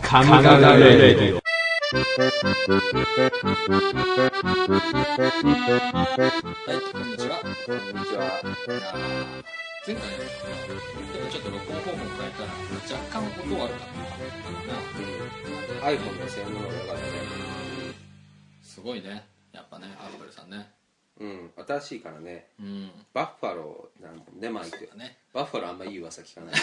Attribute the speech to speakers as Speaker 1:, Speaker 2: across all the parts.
Speaker 1: 神々レディオ
Speaker 2: はい、こんにちは。こんにちは。前回ね、でもちょっと録音方法を変えたら、若干音悪かったな。
Speaker 3: iPhone の性能が良かったね
Speaker 2: すごいね。やっぱね、アップルさんね。
Speaker 3: うん新しいからね
Speaker 2: うん。
Speaker 3: バッファローなんでマイク
Speaker 2: ね。
Speaker 3: バッファローあんまいい噂聞かない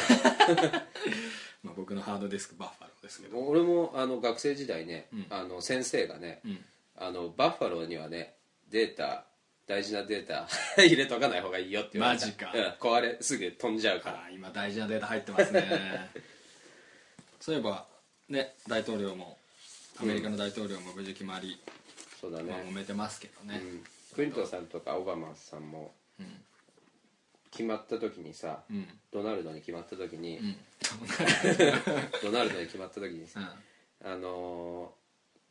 Speaker 2: まあ僕のハードディスクバッファローですけど。
Speaker 3: 俺もあの学生時代ね、
Speaker 2: うん
Speaker 3: あの先生がね、
Speaker 2: うん。
Speaker 3: あのバッファローにはねデータ大事なデータ 入れとかない方がいいよって言われた
Speaker 2: マジか
Speaker 3: うん、壊れすぐ飛んじゃうから
Speaker 2: あー今大事なデータ入ってます ね。そういえば、ね、大統領も、アメリカの大統領も無事決まり、
Speaker 3: そうだ
Speaker 2: まあ
Speaker 3: ね
Speaker 2: 揉めてますけどね。
Speaker 3: うんクリントンさんとかオバマさんも
Speaker 2: うん
Speaker 3: 決まった時にさ、
Speaker 2: うん。
Speaker 3: ドナルドに決まった時に、
Speaker 2: うん。
Speaker 3: ドナルドに決まった時に
Speaker 2: う
Speaker 3: さ
Speaker 2: ん。
Speaker 3: あのー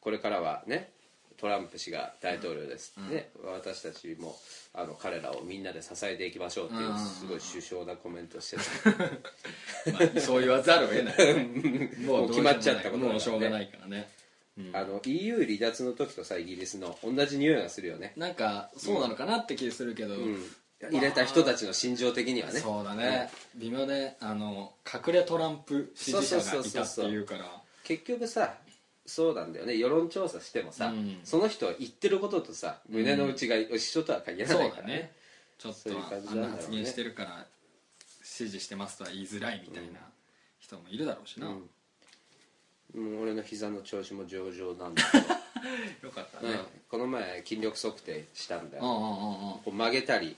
Speaker 3: これからはねトランプ氏が大統領ですってね、私たちもあの彼らをみんなで支えていきましょうっていううんすごい首相なコメントしてた、
Speaker 2: まあ、そう言わざるを得ない、 も
Speaker 3: も
Speaker 2: う
Speaker 3: う
Speaker 2: 決
Speaker 3: 決
Speaker 2: ま
Speaker 3: ま
Speaker 2: っ
Speaker 3: っ
Speaker 2: ち
Speaker 3: ち
Speaker 2: ゃ
Speaker 3: ゃ
Speaker 2: っ
Speaker 3: ったた
Speaker 2: こ
Speaker 3: ことと
Speaker 2: も
Speaker 3: だからね
Speaker 2: うしょうがないからね
Speaker 3: あの EU 離脱の時とさイギリスの同じ匂いがするよね、
Speaker 2: なんかそうなのかなって気するけど、
Speaker 3: うん、入れた人たちの心情的にはね
Speaker 2: そうだね、微妙であの隠れトランプ支持者がいたっていうから
Speaker 3: 結局さそうなんだよね世論調査してもさ、
Speaker 2: うん
Speaker 3: その人は言ってることとさ胸の内が一緒とは限ら
Speaker 2: そ
Speaker 3: ないうか
Speaker 2: だ
Speaker 3: ら
Speaker 2: ね
Speaker 3: ね
Speaker 2: ちょっと
Speaker 3: そういう感じ
Speaker 2: あ
Speaker 3: なんんだろうね
Speaker 2: な発言してるから支持してますとは言いづらいみたいな人もいるだろうしな、
Speaker 3: うんもう俺の膝の調子も上々なんだ
Speaker 2: よかった
Speaker 3: う
Speaker 2: ね、
Speaker 3: んこの前筋力測定したんだ
Speaker 2: うん、うん
Speaker 3: よ、
Speaker 2: うんうんうん
Speaker 3: こう曲げたり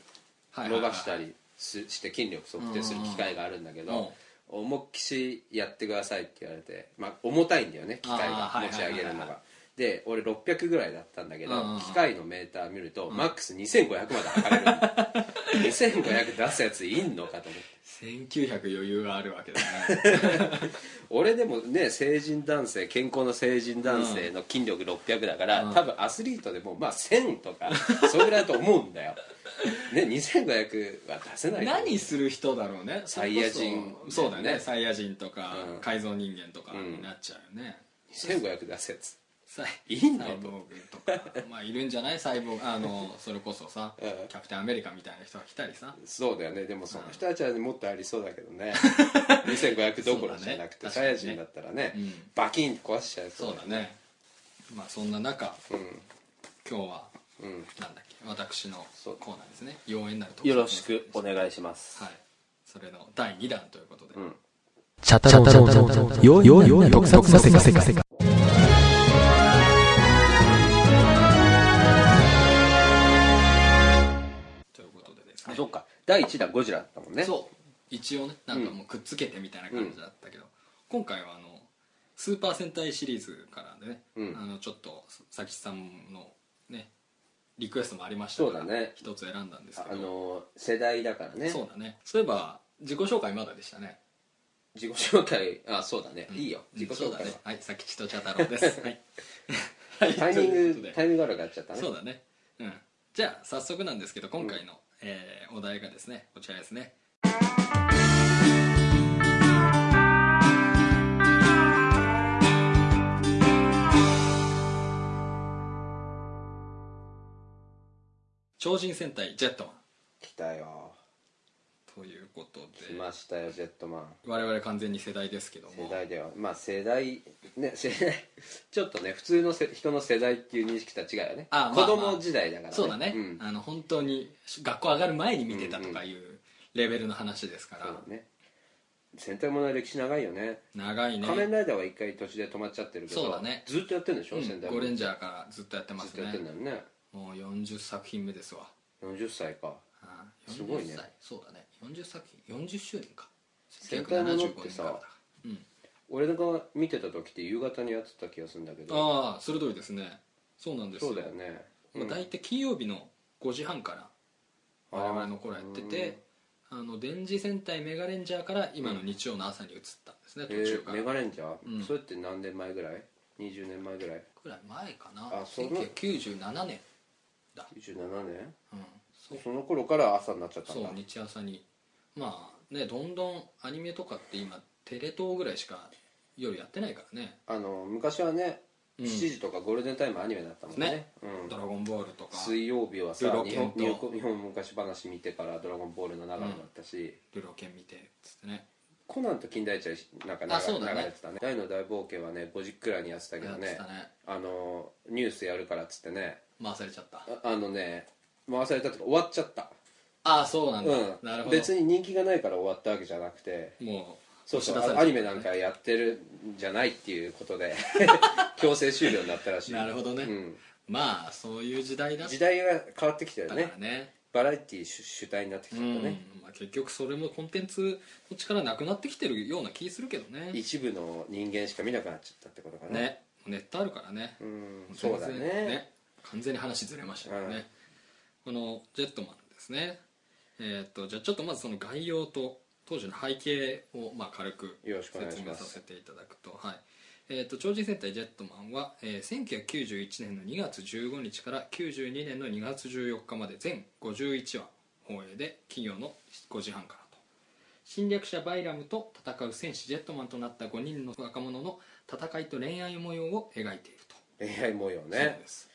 Speaker 2: はいはいはい
Speaker 3: 伸ばしたりすして筋力測定する機会があるんだけど、重っきしやってくださいって言われて、まあ、重たいんだよね機械
Speaker 2: あーは
Speaker 3: が
Speaker 2: い
Speaker 3: 持ち上げるの
Speaker 2: はいはい
Speaker 3: がで俺600ぐらいだったんだけど、
Speaker 2: うんうん
Speaker 3: 機械のメーター見ると、マックス2500まで測れるんだ 2500出すやついんのかと思って
Speaker 2: 1900余裕があるわけだね
Speaker 3: 俺でもね成人男性健康の成人男性の筋力600だから、多分アスリートでもまあ1000とかそれぐらいだと思うん だよ、ね、2500は出せないと思う
Speaker 2: 何する人だろうね
Speaker 3: サイヤ人
Speaker 2: それこそそうだよね
Speaker 3: ね
Speaker 2: サイヤ人とか、
Speaker 3: うん
Speaker 2: 改造人間とかになっちゃうよね、
Speaker 3: 2500出すやつ
Speaker 2: サイ
Speaker 3: いいんだ
Speaker 2: サイボーグとかまあいるんじゃないサイボーグあのそれこそさ、
Speaker 3: うん
Speaker 2: キャプテンアメリカみたいな人が来たりさ
Speaker 3: そうだよねでもその人たちはねもっとありそうだけど ね2500どころじゃなくて、
Speaker 2: そうだね
Speaker 3: サイヤ人だったらね、
Speaker 2: うん
Speaker 3: バキンと壊しちゃい
Speaker 2: そうだねまあそんな中
Speaker 3: うん
Speaker 2: 今日は
Speaker 3: うん
Speaker 2: なんだっけ私の
Speaker 3: そう
Speaker 2: コーナーですね妖艶なると
Speaker 3: よろしくお願いします、
Speaker 2: はいそれの第2弾ということで、
Speaker 3: うん
Speaker 4: チャタロウのよよよ特撮の世界。
Speaker 2: ということでです
Speaker 3: あ
Speaker 2: ね
Speaker 3: そっか第1弾ゴジラだったもんね
Speaker 2: そう一応ねなんかもうくっつけてみたいな感じだったけど、今回はあのスーパー戦隊シリーズからでね、
Speaker 3: うん
Speaker 2: あのちょっと佐々木さんのねリクエストもありましたから
Speaker 3: そうだね
Speaker 2: 一つ選んだんですけど
Speaker 3: あの世代だからね
Speaker 2: そうだねそういえば自己紹介まだでしたね
Speaker 3: 自己紹介あそうだね、いいよ
Speaker 2: うん
Speaker 3: 自己紹介は、
Speaker 2: そうだねはい佐吉と茶太郎で すはいはい
Speaker 3: タイミ
Speaker 2: というこ
Speaker 3: ン
Speaker 2: と
Speaker 3: グ
Speaker 2: で
Speaker 3: タイミング悪くなっちゃったね
Speaker 2: そうだね、うん、じゃあ早速なんですけど今回の、えーお題がですねこちらですね超人戦隊ジェットマン
Speaker 3: 来たよ
Speaker 2: ということ
Speaker 3: 来
Speaker 2: で
Speaker 3: ましたよジェットマン
Speaker 2: 我々完全に世代ですけども
Speaker 3: 世代だよまあ世代ね世代 ちょっとね普通のせ人の世代っていう認識とは違うよね
Speaker 2: あま
Speaker 3: 子
Speaker 2: あまあ
Speaker 3: 供時代だから、ね
Speaker 2: そうだね、
Speaker 3: ん
Speaker 2: あの本当に学校上がる前に見てたとかいうレベルの話ですから、
Speaker 3: そうだね戦隊ものは歴史長いよね
Speaker 2: 長いね
Speaker 3: 仮面ライダーは一回途中で止まっちゃってるけど
Speaker 2: そうだね
Speaker 3: ずっとやってるんでしょ、
Speaker 2: うん
Speaker 3: 戦隊
Speaker 2: ゴ
Speaker 3: もの
Speaker 2: レン
Speaker 3: ず
Speaker 2: ジャーからずっとやってま
Speaker 3: っ
Speaker 2: す
Speaker 3: とや
Speaker 2: ね
Speaker 3: ってんだよね
Speaker 2: もう40作品目ですわ、
Speaker 3: 40歳か
Speaker 2: はい
Speaker 3: すごいね
Speaker 2: 40歳そうだね40作品40周年か
Speaker 3: 戦隊ものってさ
Speaker 2: 1975年からだうん、
Speaker 3: 俺が見てた時って夕方にやってた気がするんだけど
Speaker 2: ああ鋭いですねそうなんですよ
Speaker 3: そうだよね、
Speaker 2: まあ、
Speaker 3: うん
Speaker 2: 大体金曜日の5時半から
Speaker 3: あー
Speaker 2: 我々の頃やっててあの電磁戦隊メガレンジャーから今の日曜の朝に移ったんですね、途中
Speaker 3: え
Speaker 2: か
Speaker 3: ー、
Speaker 2: ら、
Speaker 3: メガレンジャー、
Speaker 2: うん
Speaker 3: それって何年前ぐらい20年前ぐらい
Speaker 2: くらい前かな
Speaker 3: あそうな
Speaker 2: 1997年、
Speaker 3: 97年
Speaker 2: うん、そう
Speaker 3: その頃から朝になっちゃったん
Speaker 2: そ
Speaker 3: だ
Speaker 2: う日朝にまあねどんどんアニメとかって今テレ東ぐらいしか夜やってないからね
Speaker 3: あの昔はね
Speaker 2: うん
Speaker 3: 7時とかゴールデンタイムアニメだったもんね
Speaker 2: ね
Speaker 3: うん
Speaker 2: ドラゴンボールとか
Speaker 3: 水曜日はさ
Speaker 2: ルロ
Speaker 3: 日
Speaker 2: ケン
Speaker 3: 本
Speaker 2: と
Speaker 3: 日本日本昔話見てから「ドラゴンボール」の流れだったし、
Speaker 2: ルロケン見てっつってね
Speaker 3: コナンと近代一はなんか流
Speaker 2: あそうだね
Speaker 3: 流れてたね大の大冒険はね5時くらいにやってたけ
Speaker 2: や
Speaker 3: ど
Speaker 2: って
Speaker 3: ね
Speaker 2: たね
Speaker 3: あのニュースやるからっつってね
Speaker 2: 回されちゃった
Speaker 3: ああのね回されたっていうか終わっちゃった
Speaker 2: ああそうなんだ、
Speaker 3: うん
Speaker 2: なるほど
Speaker 3: 別に人気がないから終わったわけじゃなくて
Speaker 2: もう
Speaker 3: そうそう
Speaker 2: 押し出されちゃったね
Speaker 3: アニメなんかやってるんじゃないっていうこと で強制終了になったらしい
Speaker 2: なるほどね
Speaker 3: うん、
Speaker 2: まあそういう時代だった
Speaker 3: 時
Speaker 2: か
Speaker 3: 代が変わってきたよ
Speaker 2: ら
Speaker 3: ね
Speaker 2: ね
Speaker 3: バラエティー主主体になってきた
Speaker 2: う
Speaker 3: よ
Speaker 2: ん
Speaker 3: ね、
Speaker 2: まあ、結局それもコンテンツの力なくなってきてるような気するけどね
Speaker 3: 一部の人間しか見なくなっちゃったってことかな
Speaker 2: ねネットあるからね、
Speaker 3: うんそうだね
Speaker 2: 全然完全に話ずれましたけどね、このジェットマンですねえーっとじゃあちょっとまずその概要と当時の背景をまあ軽く
Speaker 3: よろしくお願い
Speaker 2: 説
Speaker 3: し
Speaker 2: 明
Speaker 3: ま
Speaker 2: さ
Speaker 3: す
Speaker 2: せていただくとはいえーっと超人戦隊ジェットマンは、えー1991年の2月15日から92年の2月14日まで全51話放映で企業の5時半からと侵略者バイラムと戦う戦士ジェットマンとなった5人の若者の戦いと恋愛模様を描いていると
Speaker 3: 恋愛模様
Speaker 2: そう
Speaker 3: ね
Speaker 2: です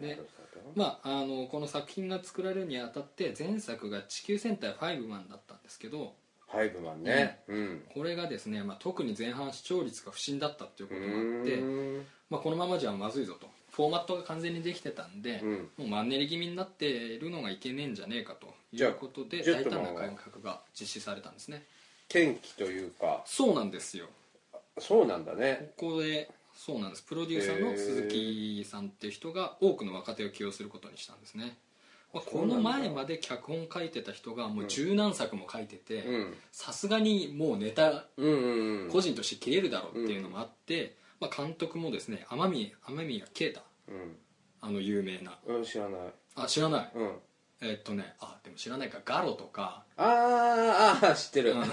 Speaker 3: な
Speaker 2: ね
Speaker 3: るほど
Speaker 2: まあ、あのこの作品が作られるにあたって前作が「地球戦隊ファイブマン」だったんですけど
Speaker 3: ファイブマンねうん
Speaker 2: これがですね、まあ、特に前半視聴率が不振だったっていうこともあっ
Speaker 3: う
Speaker 2: て、
Speaker 3: ーん
Speaker 2: まあ、このままじゃまずいぞとフォーマットが完全にできてたんで、
Speaker 3: うん
Speaker 2: もうマンネリ気味になっているのがいけねえんじゃねえかとい
Speaker 3: じゃあ
Speaker 2: うことで
Speaker 3: ジェッ
Speaker 2: 大
Speaker 3: ト
Speaker 2: 胆
Speaker 3: マン
Speaker 2: な
Speaker 3: は
Speaker 2: 改革が実施されたんですね
Speaker 3: 天気というか
Speaker 2: そうなんですよ
Speaker 3: そうなんだね
Speaker 2: ここでそうなんですプロデューサー
Speaker 3: へ
Speaker 2: の
Speaker 3: ー
Speaker 2: 鈴木さんっていう人が多くの若手を起用することにしたんですね、まあ、
Speaker 3: そうな
Speaker 2: こ
Speaker 3: んだ
Speaker 2: の前まで脚本書いてた人がもう十何作も書いて
Speaker 3: う
Speaker 2: て
Speaker 3: ん
Speaker 2: さすがにもうネタ
Speaker 3: うんうんうん
Speaker 2: 個人として切れるだろうっていうのもあって、まあ、監督もですね天宮天宮啓太
Speaker 3: うん
Speaker 2: あの有名な
Speaker 3: うん知らない
Speaker 2: あ知らない
Speaker 3: うん
Speaker 2: えっとねあでも知らないかガロとか、
Speaker 3: あーあー知ってる
Speaker 2: う
Speaker 3: うんん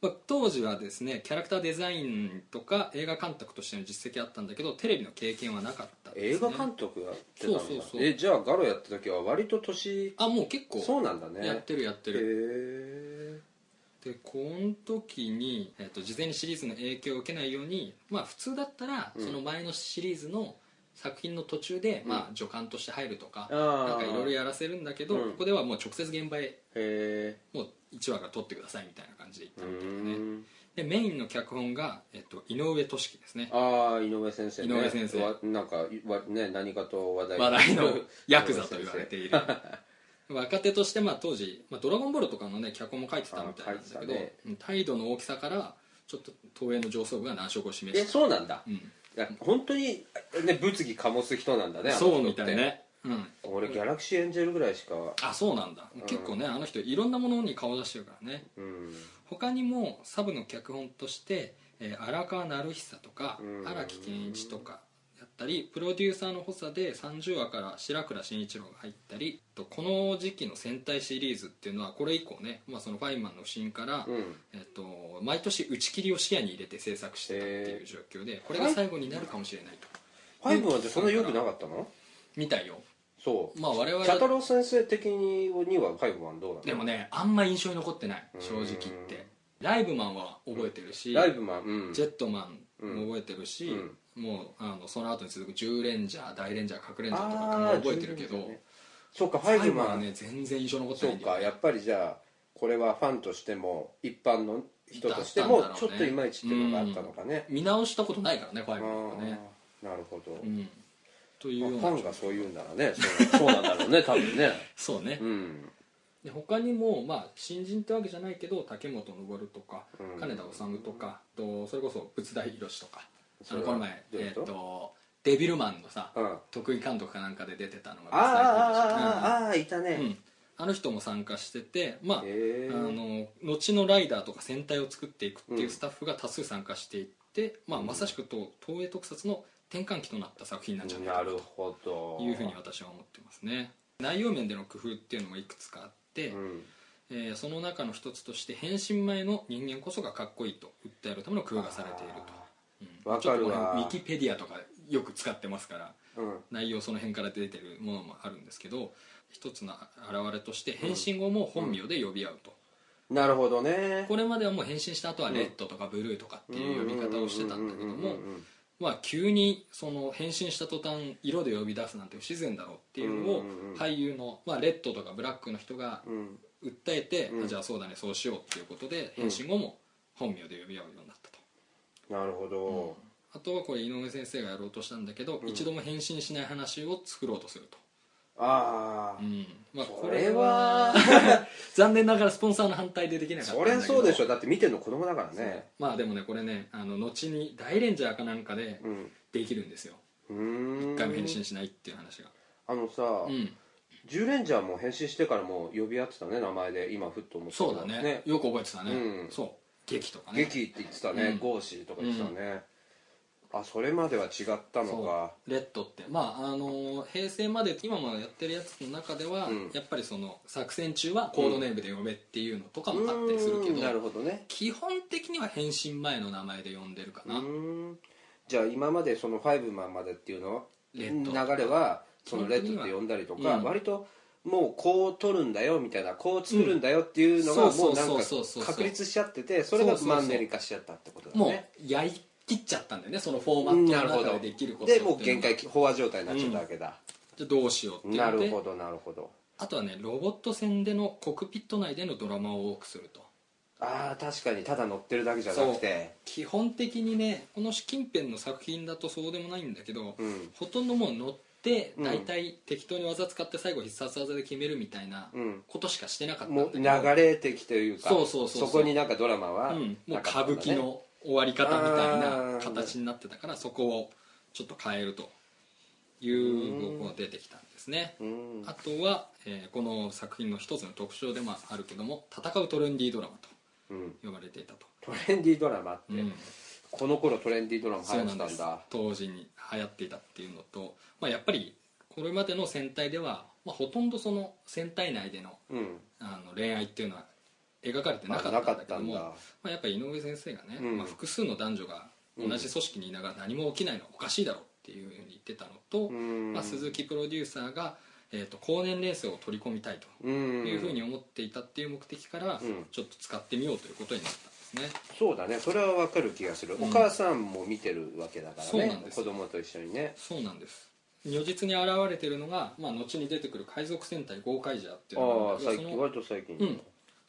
Speaker 2: まあ、当時はですねキャラクターデザインとか映画監督としての実績あったんだけどテレビの経験はなかったんで
Speaker 3: 映
Speaker 2: すね
Speaker 3: 画監督やってたんだ
Speaker 2: そうそうそう
Speaker 3: えじゃあガロやった時は割と年
Speaker 2: あもう結構
Speaker 3: そうなんだね
Speaker 2: やってるやって
Speaker 3: へ
Speaker 2: る、
Speaker 3: え
Speaker 2: でこの時に、えっと事前にシリーズの影響を受けないようにまあ普通だったら、
Speaker 3: うん
Speaker 2: その前のシリーズの作品の途中で、
Speaker 3: うん
Speaker 2: まあ助監として入るとか、
Speaker 3: ああ
Speaker 2: なんかいろいろやらせるんだけど、
Speaker 3: うん
Speaker 2: ここではもう直接現場へ
Speaker 3: へ
Speaker 2: もう1話から撮ってくださいみたいな感じで
Speaker 3: えう
Speaker 2: 行ったみたいなね
Speaker 3: ん
Speaker 2: でメインの脚本が、えっと井上俊樹ですね
Speaker 3: ああ井上先生、ね、
Speaker 2: 井上先生
Speaker 3: わなんかわ、ね、何かと話題
Speaker 2: 話題 のヤクザと言われている若手としてまあ当時「まあ、ドラゴンボール」とかのね脚本も書いてたみたいなんだ
Speaker 3: あ
Speaker 2: け
Speaker 3: 書い
Speaker 2: ど、
Speaker 3: てたね
Speaker 2: うん態度の大きさからちょっと東映の上層部が難色を示
Speaker 3: え
Speaker 2: した、
Speaker 3: そうなんだ
Speaker 2: うん、
Speaker 3: いや本当にね物議醸す人なんだねあの人
Speaker 2: そうみたいね、うん、
Speaker 3: 俺ギャラクシーエンジェルぐらいしか
Speaker 2: あそうなんだ、結構ねあの人いろんなものに顔出してるからね
Speaker 3: うん
Speaker 2: 他にもサブの脚本として、えー荒川成久とか
Speaker 3: うん
Speaker 2: 荒木健一とかやったりプロデューサーの補佐で30話から白倉慎一郎が入ったりとこの時期の戦隊シリーズっていうのはこれ以降ね、まあ、そのファインマンの不振から、
Speaker 3: うん
Speaker 2: えっと毎年打ち切りを視野に入れて制作してたっていう状況でこれが最後になるかもしれないと
Speaker 3: ファイブはじゃあそんな良くなかったの
Speaker 2: 見たよ
Speaker 3: そう
Speaker 2: まあ我々
Speaker 3: 茶太郎先生的にはファイブはどうなの
Speaker 2: でもねあんま印象に残ってない正直言っ
Speaker 3: う
Speaker 2: てライブマンは覚えてるし
Speaker 3: ライブマンうん
Speaker 2: ジェットマンも覚えてるし、
Speaker 3: うん
Speaker 2: もうあのその後に続く10レンジャー大レンジャー核レンジャーとか
Speaker 3: あ
Speaker 2: も
Speaker 3: あ
Speaker 2: 覚えてるけど、
Speaker 3: そうかフ
Speaker 2: フ
Speaker 3: ァ
Speaker 2: ァイ
Speaker 3: イブ
Speaker 2: ブ
Speaker 3: マ
Speaker 2: は
Speaker 3: ン、
Speaker 2: ね全然印象残って
Speaker 3: そ
Speaker 2: ないん
Speaker 3: う
Speaker 2: だよ
Speaker 3: か
Speaker 2: ね
Speaker 3: やっぱりじゃあこれはファンとしても一般の人としても
Speaker 2: だったんだろうね
Speaker 3: ちょっといまいちっていうのがあったのかね
Speaker 2: 見直したことないからねファイ
Speaker 3: あ
Speaker 2: ブはね、
Speaker 3: あなるほど、
Speaker 2: うん、という
Speaker 3: ま
Speaker 2: よ
Speaker 3: あ
Speaker 2: う
Speaker 3: フ
Speaker 2: な
Speaker 3: ァンがそう言うんならねそうそうなんだろうね多分ね
Speaker 2: そうね、
Speaker 3: うん
Speaker 2: で他にも、まあ、新人ってわけじゃないけど竹本昇とか
Speaker 3: うん
Speaker 2: 金田修とか、とそれこそ仏大博とかあ
Speaker 3: それ
Speaker 2: の
Speaker 3: は
Speaker 2: この前、
Speaker 3: どういう
Speaker 2: え
Speaker 3: こと
Speaker 2: ー、とデビルマンのさ、
Speaker 3: うん
Speaker 2: 得意監督かなんかで出てたのが
Speaker 3: ああ
Speaker 2: 仏大博士
Speaker 3: ああああいたね、
Speaker 2: うん、あの人も参加してて、まあ、
Speaker 3: へー
Speaker 2: あの後のライダーとか戦隊を作っていくっていううんスタッフが多数参加していって、まあ、
Speaker 3: うん
Speaker 2: まさしくと東映特撮の転換期となった作品なんじゃないか
Speaker 3: な
Speaker 2: な
Speaker 3: るほど
Speaker 2: というふうに私は思ってますね内容面での工夫っていうのもいくつかあって、
Speaker 3: うん
Speaker 2: えーその中の一つとして変身前の人間こそがかっこいいと訴えるための工夫がされていると
Speaker 3: あ。
Speaker 2: うん
Speaker 3: わかるわ
Speaker 2: ちょっとこの辺ウィキペディアとかよく使ってますから
Speaker 3: うん
Speaker 2: 内容その辺から出てるものもあるんですけど一つの表れとして変身後も本名で呼び合うと、
Speaker 3: なるほどね
Speaker 2: これまではもう変身した後はレッドとかブルーとかっていう呼び方をしてたんだけども
Speaker 3: うんうんうんうんうん
Speaker 2: まあ急にその変身した途端色で呼び出すなんて不自然だろうっていうの
Speaker 3: う
Speaker 2: を
Speaker 3: んうんうん
Speaker 2: 俳優のまあレッドとかブラックの人が
Speaker 3: うん
Speaker 2: 訴えて
Speaker 3: うん
Speaker 2: あじゃあそうだねそうしようっていうことで
Speaker 3: うん
Speaker 2: 変身後も本名で呼び合うようになったと
Speaker 3: なるほど、
Speaker 2: あとはこれ井上先生がやろうとしたんだけど
Speaker 3: うん
Speaker 2: 一度も変身しない話を作ろうとすると
Speaker 3: ああ、
Speaker 2: うんまあ
Speaker 3: こ
Speaker 2: こ
Speaker 3: れ
Speaker 2: れ
Speaker 3: は
Speaker 2: は残念ながらスポンサーの反対でできなかったん
Speaker 3: そ
Speaker 2: だけ
Speaker 3: り
Speaker 2: ど
Speaker 3: ゃそうでしょだって見てるの子供だからね
Speaker 2: まあでもねこれねあの後に大レンジャーかなんかで
Speaker 3: うん
Speaker 2: できるんですよ
Speaker 3: うーん
Speaker 2: 一回も変身しないっていう話が
Speaker 3: あのさ、
Speaker 2: うん
Speaker 3: ジュレンジャーも変身してからも呼び合ってたね名前で今ふっと思ったけ
Speaker 2: そ
Speaker 3: ど
Speaker 2: うだねよく覚えてたね、
Speaker 3: うん
Speaker 2: そう劇とかね
Speaker 3: 劇って言ってたね、
Speaker 2: うん
Speaker 3: ゴーシーとか言ってたね、あそれまでは違ったのか
Speaker 2: そうレッドってまああのー平成まで今もやってるやつの中では、
Speaker 3: うん
Speaker 2: やっぱりその作戦中はコードネームで呼べっていうのとかもあったりするけ
Speaker 3: うーんなる
Speaker 2: ど
Speaker 3: ほどね
Speaker 2: 基本的には変身前の名前で呼んでるか
Speaker 3: う
Speaker 2: な、
Speaker 3: ーんじゃあ今までそのファイブマンまでっていうの
Speaker 2: レッド
Speaker 3: 流れはそのレッドって呼んだりとか、
Speaker 2: うん
Speaker 3: 割ともうこう取るんだよみたいなこう作るんだよっていうのが
Speaker 2: うんそ
Speaker 3: も
Speaker 2: う
Speaker 3: うなんか
Speaker 2: そうそうそうそう
Speaker 3: 確立しちゃっててそれが
Speaker 2: そうそうそう
Speaker 3: マンネリ化しちゃったってことだ
Speaker 2: もう
Speaker 3: ね
Speaker 2: やりきっちゃったんだよねそのフォーマ
Speaker 3: うん
Speaker 2: ッ
Speaker 3: な
Speaker 2: ト
Speaker 3: る
Speaker 2: の
Speaker 3: ほ
Speaker 2: 中
Speaker 3: ど
Speaker 2: でできることって
Speaker 3: で
Speaker 2: いうの
Speaker 3: も
Speaker 2: が
Speaker 3: う限界飽和状態になっちゃったわけだ、
Speaker 2: じゃあどうしようって
Speaker 3: な
Speaker 2: いうの
Speaker 3: る
Speaker 2: で
Speaker 3: ほどなるほど
Speaker 2: あとはねロボット戦でのコクピット内でのドラマを多くすると
Speaker 3: ああ確かにただ乗ってるだけじゃなくて
Speaker 2: 基本的にねこの近辺の作品だとそうでもないんだけど、
Speaker 3: うん
Speaker 2: ほとんどもう乗って
Speaker 3: うん
Speaker 2: 大体適当に技使って最後必殺技で決めるみたいな
Speaker 3: うん
Speaker 2: ことしかしてなかったんだ
Speaker 3: も
Speaker 2: け
Speaker 3: う
Speaker 2: ど
Speaker 3: 流れ的というか
Speaker 2: そうそうそうそう
Speaker 3: こになんかドラマは
Speaker 2: う
Speaker 3: なかったんだね、
Speaker 2: んもう歌舞伎の終わり方みたいな形になってたからそこをちょっと変えるというのが出てきたんですね
Speaker 3: うん
Speaker 2: あとは、えーこの作品の一つの特徴でもあるけども戦うトレンディードラマ
Speaker 3: うん
Speaker 2: と呼ばれていたと、
Speaker 3: トレンディードラマって、
Speaker 2: うん
Speaker 3: この頃トレンディードラマ流
Speaker 2: そう
Speaker 3: 行って
Speaker 2: なん
Speaker 3: た
Speaker 2: で
Speaker 3: ん
Speaker 2: す
Speaker 3: だ
Speaker 2: 当時に流行っていたっていうのと、まあ、やっぱりこれまでの戦隊では、まあ、ほとんどその戦隊内での
Speaker 3: うん
Speaker 2: あの恋愛っていうのは描かれてなか
Speaker 3: あな
Speaker 2: った
Speaker 3: か
Speaker 2: んだ
Speaker 3: っ
Speaker 2: け
Speaker 3: た
Speaker 2: ど
Speaker 3: ん
Speaker 2: も
Speaker 3: だ
Speaker 2: まあ、やっぱり井上先生がね、
Speaker 3: うん
Speaker 2: まあ、複数の男女が同じ組織にいながら何も起きないのはおかしいだろうっていうふうに言ってたのと、
Speaker 3: うん
Speaker 2: まあ、鈴木プロデューサーが、えー、と高年齢層を取り込みたいと
Speaker 3: うん
Speaker 2: いうふうに思っていたっていう目的から、
Speaker 3: うん
Speaker 2: ちょっと使ってみようということになったんですね。
Speaker 3: そうだねそれはわかる気がする、
Speaker 2: う
Speaker 3: お
Speaker 2: ん
Speaker 3: 母さんも見てるわけだから
Speaker 2: そうな
Speaker 3: ね
Speaker 2: んです
Speaker 3: 子
Speaker 2: よ
Speaker 3: 供と一緒にね
Speaker 2: そうなんです如実に現れているのが、まあ、後に出てくる海賊戦隊ゴーカイジャーっていうの
Speaker 3: ああ
Speaker 2: がある
Speaker 3: 最
Speaker 2: んだけど
Speaker 3: 近
Speaker 2: その
Speaker 3: 割と最近、
Speaker 2: うん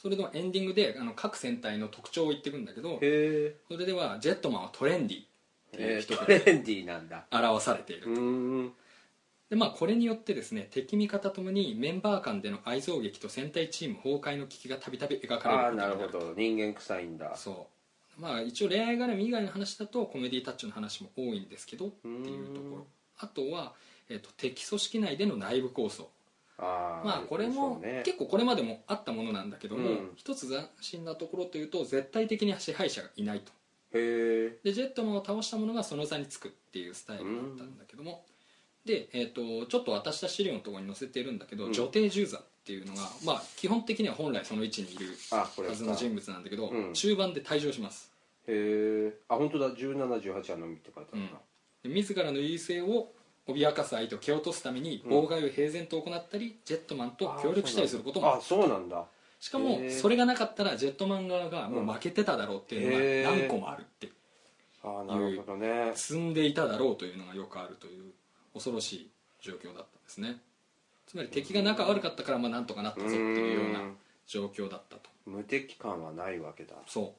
Speaker 2: それのエンディングであの各戦隊の特徴を言ってくんだけど
Speaker 3: へー
Speaker 2: それではジェットマンはトレンディっていう
Speaker 3: え
Speaker 2: 一
Speaker 3: ート
Speaker 2: 言
Speaker 3: レ
Speaker 2: で
Speaker 3: ンディーなんだ
Speaker 2: 表されている、
Speaker 3: うーん
Speaker 2: でまあ、これによってですね敵味方ともにメンバー間での愛憎劇と戦隊チーム崩壊の危機がたびたび描かれる
Speaker 3: ああ
Speaker 2: ことに
Speaker 3: な
Speaker 2: な
Speaker 3: る
Speaker 2: る
Speaker 3: ほど人間臭いんだ
Speaker 2: そうまあ一応恋愛絡み以外の話だとコメディタッチの話も多いんですけどっていうとこ
Speaker 3: うーん
Speaker 2: ろあとは、えっと敵組織内での内部構想
Speaker 3: ああ
Speaker 2: まあこれも
Speaker 3: そうね
Speaker 2: 結構これまでもあったものなんだけども、
Speaker 3: うん
Speaker 2: 一つ斬新なところというと絶対的に支配者がいないと
Speaker 3: へえ
Speaker 2: でジェットマンを倒したものがその座につくっていうスタイルだったんだけども、で、えー、とちょっと渡した資料のところに載せてるんだけど、
Speaker 3: うん
Speaker 2: 女帝従座っていうのが、まあ、基本的には本来その位置にいる
Speaker 3: あこれ
Speaker 2: は
Speaker 3: か
Speaker 2: ずの人物なんだけど、
Speaker 3: うん
Speaker 2: 中盤で退場します、
Speaker 3: へえあ本当だ1718はのみって書いてあ
Speaker 2: う
Speaker 3: る
Speaker 2: ん、で自らの優位性を脅かす相手を蹴落とすために妨害を平然と行ったり、ジェットマンと
Speaker 3: な、
Speaker 2: 協力したりすることもある
Speaker 3: あそうなんだ
Speaker 2: しかも
Speaker 3: へー
Speaker 2: それがなかったらジェットマン側がもう負けてただろうっていうのが
Speaker 3: へー
Speaker 2: 何個もあるって
Speaker 3: あーなるほどね
Speaker 2: 積んでいただろうというのがよくあるという恐ろしい状況だったんですねつまり敵が仲悪かったからまあなんとかなったぞっていうような
Speaker 3: うん
Speaker 2: 状況だったと
Speaker 3: 無敵感はないわけだ
Speaker 2: そ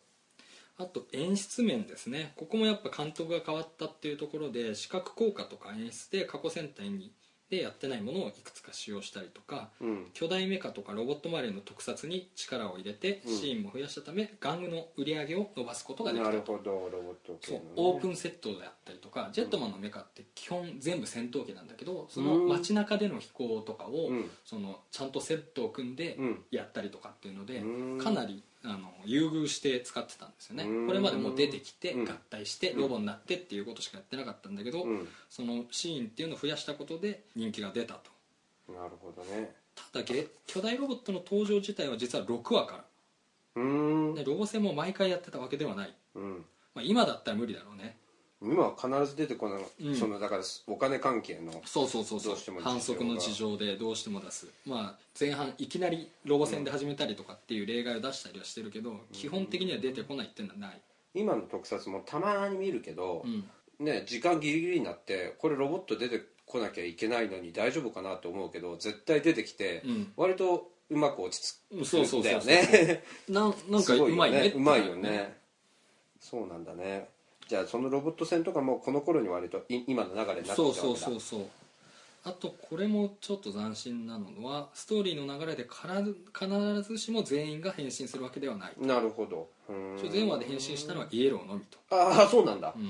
Speaker 2: うあと演出面ですねここもやっぱ監督が変わったっていうところで視覚効果とか演出で過去戦隊にでやってないものをいくつか使用したりとか
Speaker 3: うん
Speaker 2: 巨大メカとかロボット周りの特撮に力を入れて
Speaker 3: うん
Speaker 2: シーンも増やしたため、玩具の売り上げを伸ばすことができ
Speaker 3: な
Speaker 2: た
Speaker 3: るほどロボット系
Speaker 2: そ
Speaker 3: の
Speaker 2: う
Speaker 3: ね
Speaker 2: オープンセットであったりとかジェットマンのメカって基本全部戦闘機なんだけどその街中での飛行とかを、
Speaker 3: うん
Speaker 2: そのちゃんとセットを組んで
Speaker 3: うん
Speaker 2: やったりとかっていうので、
Speaker 3: うん
Speaker 2: かなりあの優遇して使ってたんですよね、
Speaker 3: うん
Speaker 2: これまでもう出てきて、
Speaker 3: うん
Speaker 2: 合体してロボになってっていうことしかやってなかったんだけど、
Speaker 3: うん
Speaker 2: そのシーンっていうのを増やしたことで人気が出たと
Speaker 3: なるほどね
Speaker 2: ただげ巨大ロボットの登場自体は実は6話か
Speaker 3: うーん
Speaker 2: らでロボ戦も毎回やってたわけではない、
Speaker 3: うん
Speaker 2: まあ、今だったら無理だろうね
Speaker 3: 今は必ず出てこない、
Speaker 2: うん
Speaker 3: そのだからお金関係の
Speaker 2: そうそうそうそ
Speaker 3: ど
Speaker 2: う
Speaker 3: うしても事情が
Speaker 2: 反則の事情でどうしても出す、まあ、前半いきなりロボ戦で始めたりとかっていう例外を出したりはしてるけど、基本的には出てこないっていうのはない、
Speaker 3: 今の特撮もたまに見るけど
Speaker 2: う、ん、
Speaker 3: ね時間ギリギリになってこれロボット出てこなきゃいけないのに大丈夫かなと思うけど絶対出てきて、
Speaker 2: うん
Speaker 3: 割とうまく落ち着く
Speaker 2: うんそうそうそうそうん
Speaker 3: だよね
Speaker 2: なんなんか
Speaker 3: すご
Speaker 2: うまいね
Speaker 3: うまいよねそうなんだねじゃあそのロボット戦とかもこの頃に割とい今の流れになってた
Speaker 2: そ
Speaker 3: わ
Speaker 2: う
Speaker 3: けだ
Speaker 2: そうそうそうあとこれもちょっと斬新なのはストーリーの流れでから必ずしも全員が変身するわけではない
Speaker 3: なるほどうーん
Speaker 2: ちょ全話で変身したのはイエローのみと、
Speaker 3: ああそうなんだ、
Speaker 2: う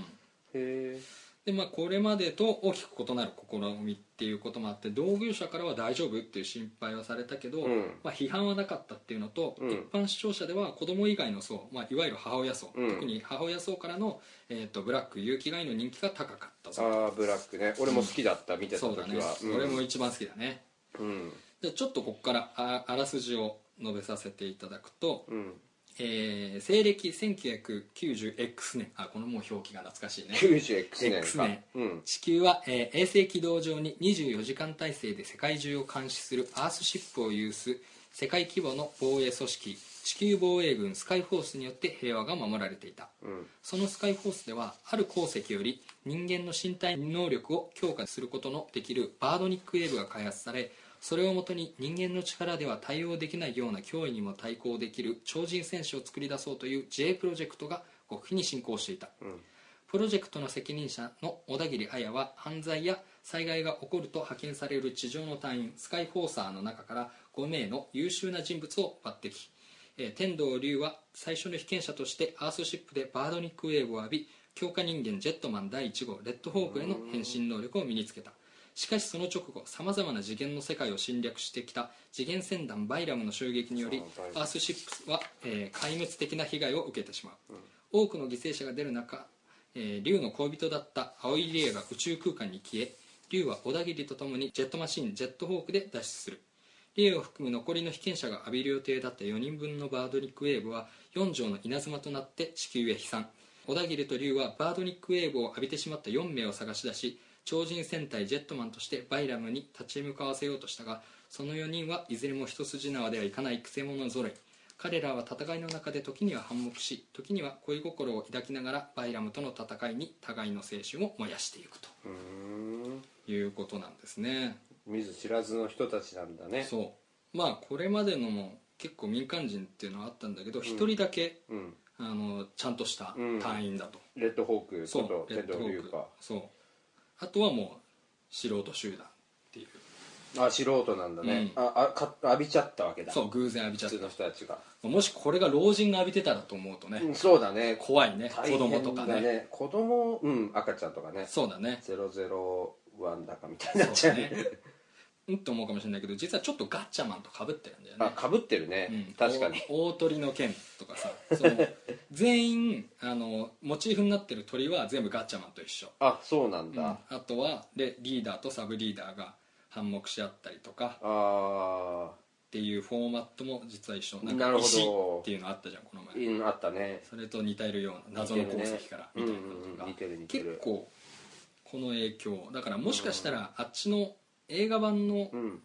Speaker 3: へ
Speaker 2: ん
Speaker 3: え
Speaker 2: でまあ、これまでと大きく異なる試みっていうこともあって同業者からは大丈夫っていう心配はされたけど、
Speaker 3: うん
Speaker 2: まあ、批判はなかったっていうのと、
Speaker 3: うん
Speaker 2: 一般視聴者では子供以外の層、まあ、いわゆる母親層、
Speaker 3: うん
Speaker 2: 特に母親層からの、えー、とブラック有機外の人気が高かったと
Speaker 3: ああブラックね俺も好きだった、見てた
Speaker 2: そう
Speaker 3: 時
Speaker 2: だね
Speaker 3: は、、うん
Speaker 2: 俺も一番好きだね
Speaker 3: うん
Speaker 2: じゃあちょっとここからああらすじを述べさせていただくと、
Speaker 3: うん
Speaker 2: えー西暦 1990X 年あこのもう表記が懐かしいね
Speaker 3: 90X 年
Speaker 2: X
Speaker 3: か
Speaker 2: 年
Speaker 3: うん
Speaker 2: 地球は、えー衛星軌道上に24時間体制で世界中を監視するアースシップを有す世界規模の防衛組織地球防衛軍スカイフォースによって平和が守られていた
Speaker 3: うん
Speaker 2: そのスカイフォースではある鉱石より人間の身体能力を強化することのできるバードニックウェーブが開発されそれをもとに人間の力では対応できないような脅威にも対抗できる超人戦士を作り出そうという J プロジェクトが極秘に進行していた
Speaker 3: うん
Speaker 2: プロジェクトの責任者の小田切綾は犯罪や災害が起こると派遣される地上の隊員スカイフォーサーの中から5名の優秀な人物を抜擢、えー天道龍は最初の被験者としてアースシップでバードニックウェーブを浴び強化人間ジェットマン第1号レッドホークへの変身能力を身につけたしかしその直後さまざまな次元の世界を侵略してきた次元戦団バイラムの襲撃により
Speaker 3: そうなんだ
Speaker 2: アースシップは、えー壊滅的な被害を受けてしまう、多くの犠牲者が出る中、えー竜の恋人だった青い竜が宇宙空間に消え竜は小田切と共にジェットマシンジェットホークで脱出する竜を含む残りの被験者が浴びる予定だった4人分のバードニックウェーブは4畳の稲妻となって地球へ飛散小田切と竜はバードニックウェーブを浴びてしまった4名を探し出し超人戦隊ジェットマンとしてバイラムに立ち向かわせようとしたがその4人はいずれも一筋縄ではいかないくせ者ぞろい彼らは戦いの中で時には反目し時には恋心を抱きながらバイラムとの戦いに互いの青春を燃やしていく
Speaker 3: うーん
Speaker 2: ということなんですね
Speaker 3: 見ず知らずの人たちなんだね
Speaker 2: そうまあこれまでのも結構民間人っていうのはあったんだけど一、人だけ
Speaker 3: うん
Speaker 2: あのちゃんとした隊員だと、
Speaker 3: レッドホーク
Speaker 2: そ
Speaker 3: こと
Speaker 2: うレ
Speaker 3: 天
Speaker 2: ッド
Speaker 3: 道
Speaker 2: ホ
Speaker 3: 龍
Speaker 2: ーク
Speaker 3: か
Speaker 2: そうあとはもう素人集団っていう
Speaker 3: あ素人なんだね、
Speaker 2: う
Speaker 3: ああか浴びちゃったわけだ
Speaker 2: そう偶然浴びちゃ
Speaker 3: 普
Speaker 2: っ
Speaker 3: 通の
Speaker 2: た
Speaker 3: 人たちが、
Speaker 2: もしこれが老人が浴びてたらと思うとね、
Speaker 3: うんそうだね
Speaker 2: 怖いね
Speaker 3: 大
Speaker 2: 子
Speaker 3: 変だ
Speaker 2: 供とかね
Speaker 3: 子供うん赤ちゃんとかね
Speaker 2: そうだね
Speaker 3: 001だかみたいに
Speaker 2: そ
Speaker 3: なっちゃうね
Speaker 2: ねうんと思うかもしれないけど実はちょっとガッチャマンとかぶってるんだよ
Speaker 3: あ
Speaker 2: ね
Speaker 3: かぶってるね、
Speaker 2: うん
Speaker 3: 確かに
Speaker 2: お大鳥の剣とかさ その全員あのモチーフになってる鳥は全部ガッチャマンと一緒
Speaker 3: あそうなんだ、あ
Speaker 2: あとはでリーダーとサブリーダーが反目し合ったりとか
Speaker 3: あ
Speaker 2: っていうフォーマットも実は一緒ん
Speaker 3: なる
Speaker 2: か
Speaker 3: ほど
Speaker 2: 石っていうのあったじゃんこの前
Speaker 3: うんあったね
Speaker 2: それと似てるような謎の鉱石からみ
Speaker 3: 似
Speaker 2: た
Speaker 3: て
Speaker 2: い
Speaker 3: るね
Speaker 2: なの
Speaker 3: うんうんう
Speaker 2: が
Speaker 3: ん似てる似てる
Speaker 2: 結構この影響だからもしかしたらあっちの映画版の
Speaker 3: うん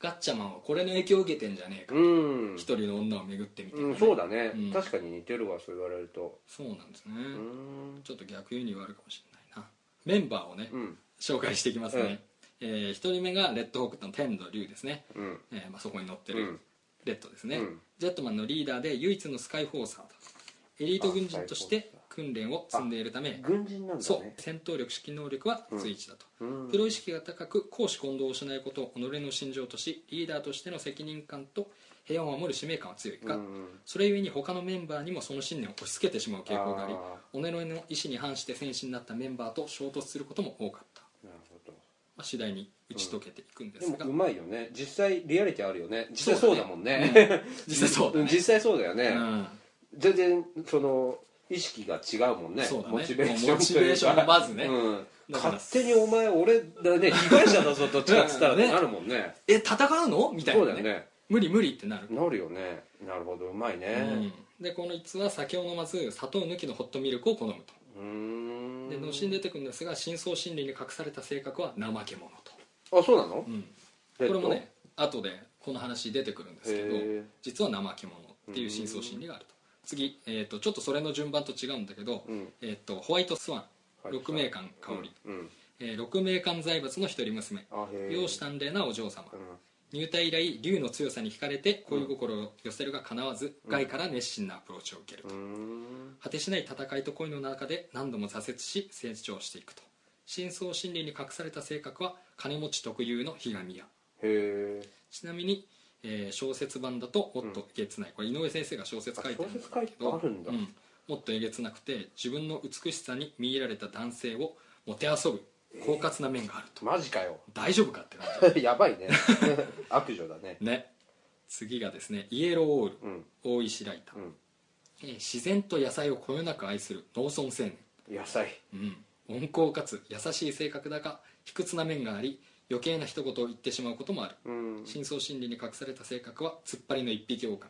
Speaker 2: ガッチャマンはこれの影響を受けてんじゃねえか
Speaker 3: うん
Speaker 2: 一、人の女を巡ってみたいな
Speaker 3: う
Speaker 2: ね、
Speaker 3: ん、そうだね、
Speaker 2: うん
Speaker 3: 確かに似てるわそう言われると
Speaker 2: そうなんですね、
Speaker 3: うん
Speaker 2: ちょっと逆輸入はあるかもしれないなメンバーをね、
Speaker 3: うん
Speaker 2: 紹介していきます
Speaker 3: うん
Speaker 2: ね、えー一人目がレッドホークとの天童龍ですね、
Speaker 3: うん
Speaker 2: えーまあ、そこに乗って
Speaker 3: う
Speaker 2: る
Speaker 3: ん
Speaker 2: レッドですね、
Speaker 3: うん
Speaker 2: ジェットマンのリーダーで唯一のスカイフォーサーとエリート軍人とし
Speaker 3: あス
Speaker 2: て
Speaker 3: カイフォーサ
Speaker 2: 訓練を積んでいるため
Speaker 3: 軍人なんだね
Speaker 2: そう戦闘力指揮能力は随一だと、
Speaker 3: うん
Speaker 2: プロ意識が高く公私混同をしないことを己の信条としリーダーとしての責任感と平和を守る使命感は強いが、
Speaker 3: うん
Speaker 2: それゆえに他のメンバーにもその信念を押し付けてしまう傾向があり
Speaker 3: あー
Speaker 2: 己の意思に反して戦士になったメンバーと衝突することも多かった、
Speaker 3: なるほど
Speaker 2: まあ、次第に打ち解けていくんで
Speaker 3: ですも
Speaker 2: が、
Speaker 3: うまいよね実際リアリティあるよね実際
Speaker 2: そ
Speaker 3: そうう
Speaker 2: だ
Speaker 3: だ
Speaker 2: ね
Speaker 3: もんね
Speaker 2: 実際そうだね
Speaker 3: ん実際そうだよね、
Speaker 2: うん
Speaker 3: 全然その意識が違うもんね
Speaker 2: そうだね
Speaker 3: モチベーションというか
Speaker 2: モチベーションがまずね
Speaker 3: うん
Speaker 2: だから
Speaker 3: 勝手にお前俺だね被害者だぞどっちかっつったら
Speaker 2: うんね
Speaker 3: なるもんね
Speaker 2: え戦うのみたい
Speaker 3: そう
Speaker 2: な、
Speaker 3: だ
Speaker 2: ね
Speaker 3: よね
Speaker 2: 無理無理ってなる、
Speaker 3: なるよねなるほどうまいね
Speaker 2: うんでこのいつは酒を飲まず砂糖抜きのホットミルクを好むと
Speaker 3: うーん
Speaker 2: でのしん出てくるんですが深層心理に隠された性格は怠け者と、
Speaker 3: あそうなの
Speaker 2: う、ん、
Speaker 3: えっ
Speaker 2: ことれもね後でこの話出てくるんですけど
Speaker 3: へー
Speaker 2: 実は怠け者っていう深層心理があると次、えー、とちょっとそれの順番と違うんだけど、
Speaker 3: うん
Speaker 2: えー、とホワイトスワン
Speaker 3: はい
Speaker 2: 六名館香り、
Speaker 3: うん
Speaker 2: えー六名館財閥の一人娘
Speaker 3: あへえ
Speaker 2: 容姿端麗なお嬢様、
Speaker 3: うん
Speaker 2: 入隊以来竜の強さに惹かれて恋心を寄せるが叶わず、外から熱心なアプローチを受ける
Speaker 3: う
Speaker 2: と、
Speaker 3: ーん
Speaker 2: 果てしない戦いと恋の中で何度も挫折し成長していくと深層心理に隠された性格は金持ち特有のひがみや
Speaker 3: へえ
Speaker 2: ちなみに、えー小説版だともっとえげつない、これ井上先生が小説書いてるん
Speaker 3: あ
Speaker 2: だ
Speaker 3: 小説書いてあるんだ
Speaker 2: うんもっとえげつなくて自分の美しさに見入られた男性をもてあそぶ狡猾な面があると、
Speaker 3: マジかよ
Speaker 2: 大丈夫かって感
Speaker 3: やばいね 悪女だね
Speaker 2: じね次がですねイエローオール、
Speaker 3: うん
Speaker 2: 大石ライター、
Speaker 3: うん
Speaker 2: えー自然と野菜をこよなく愛する農村青年
Speaker 3: 野菜
Speaker 2: うん、温厚かつ優しい性格だが卑屈な面があり余計な一言を言ってしまうこともある、
Speaker 3: うん
Speaker 2: 深層心理に隠された性格は突っ張りの一匹狼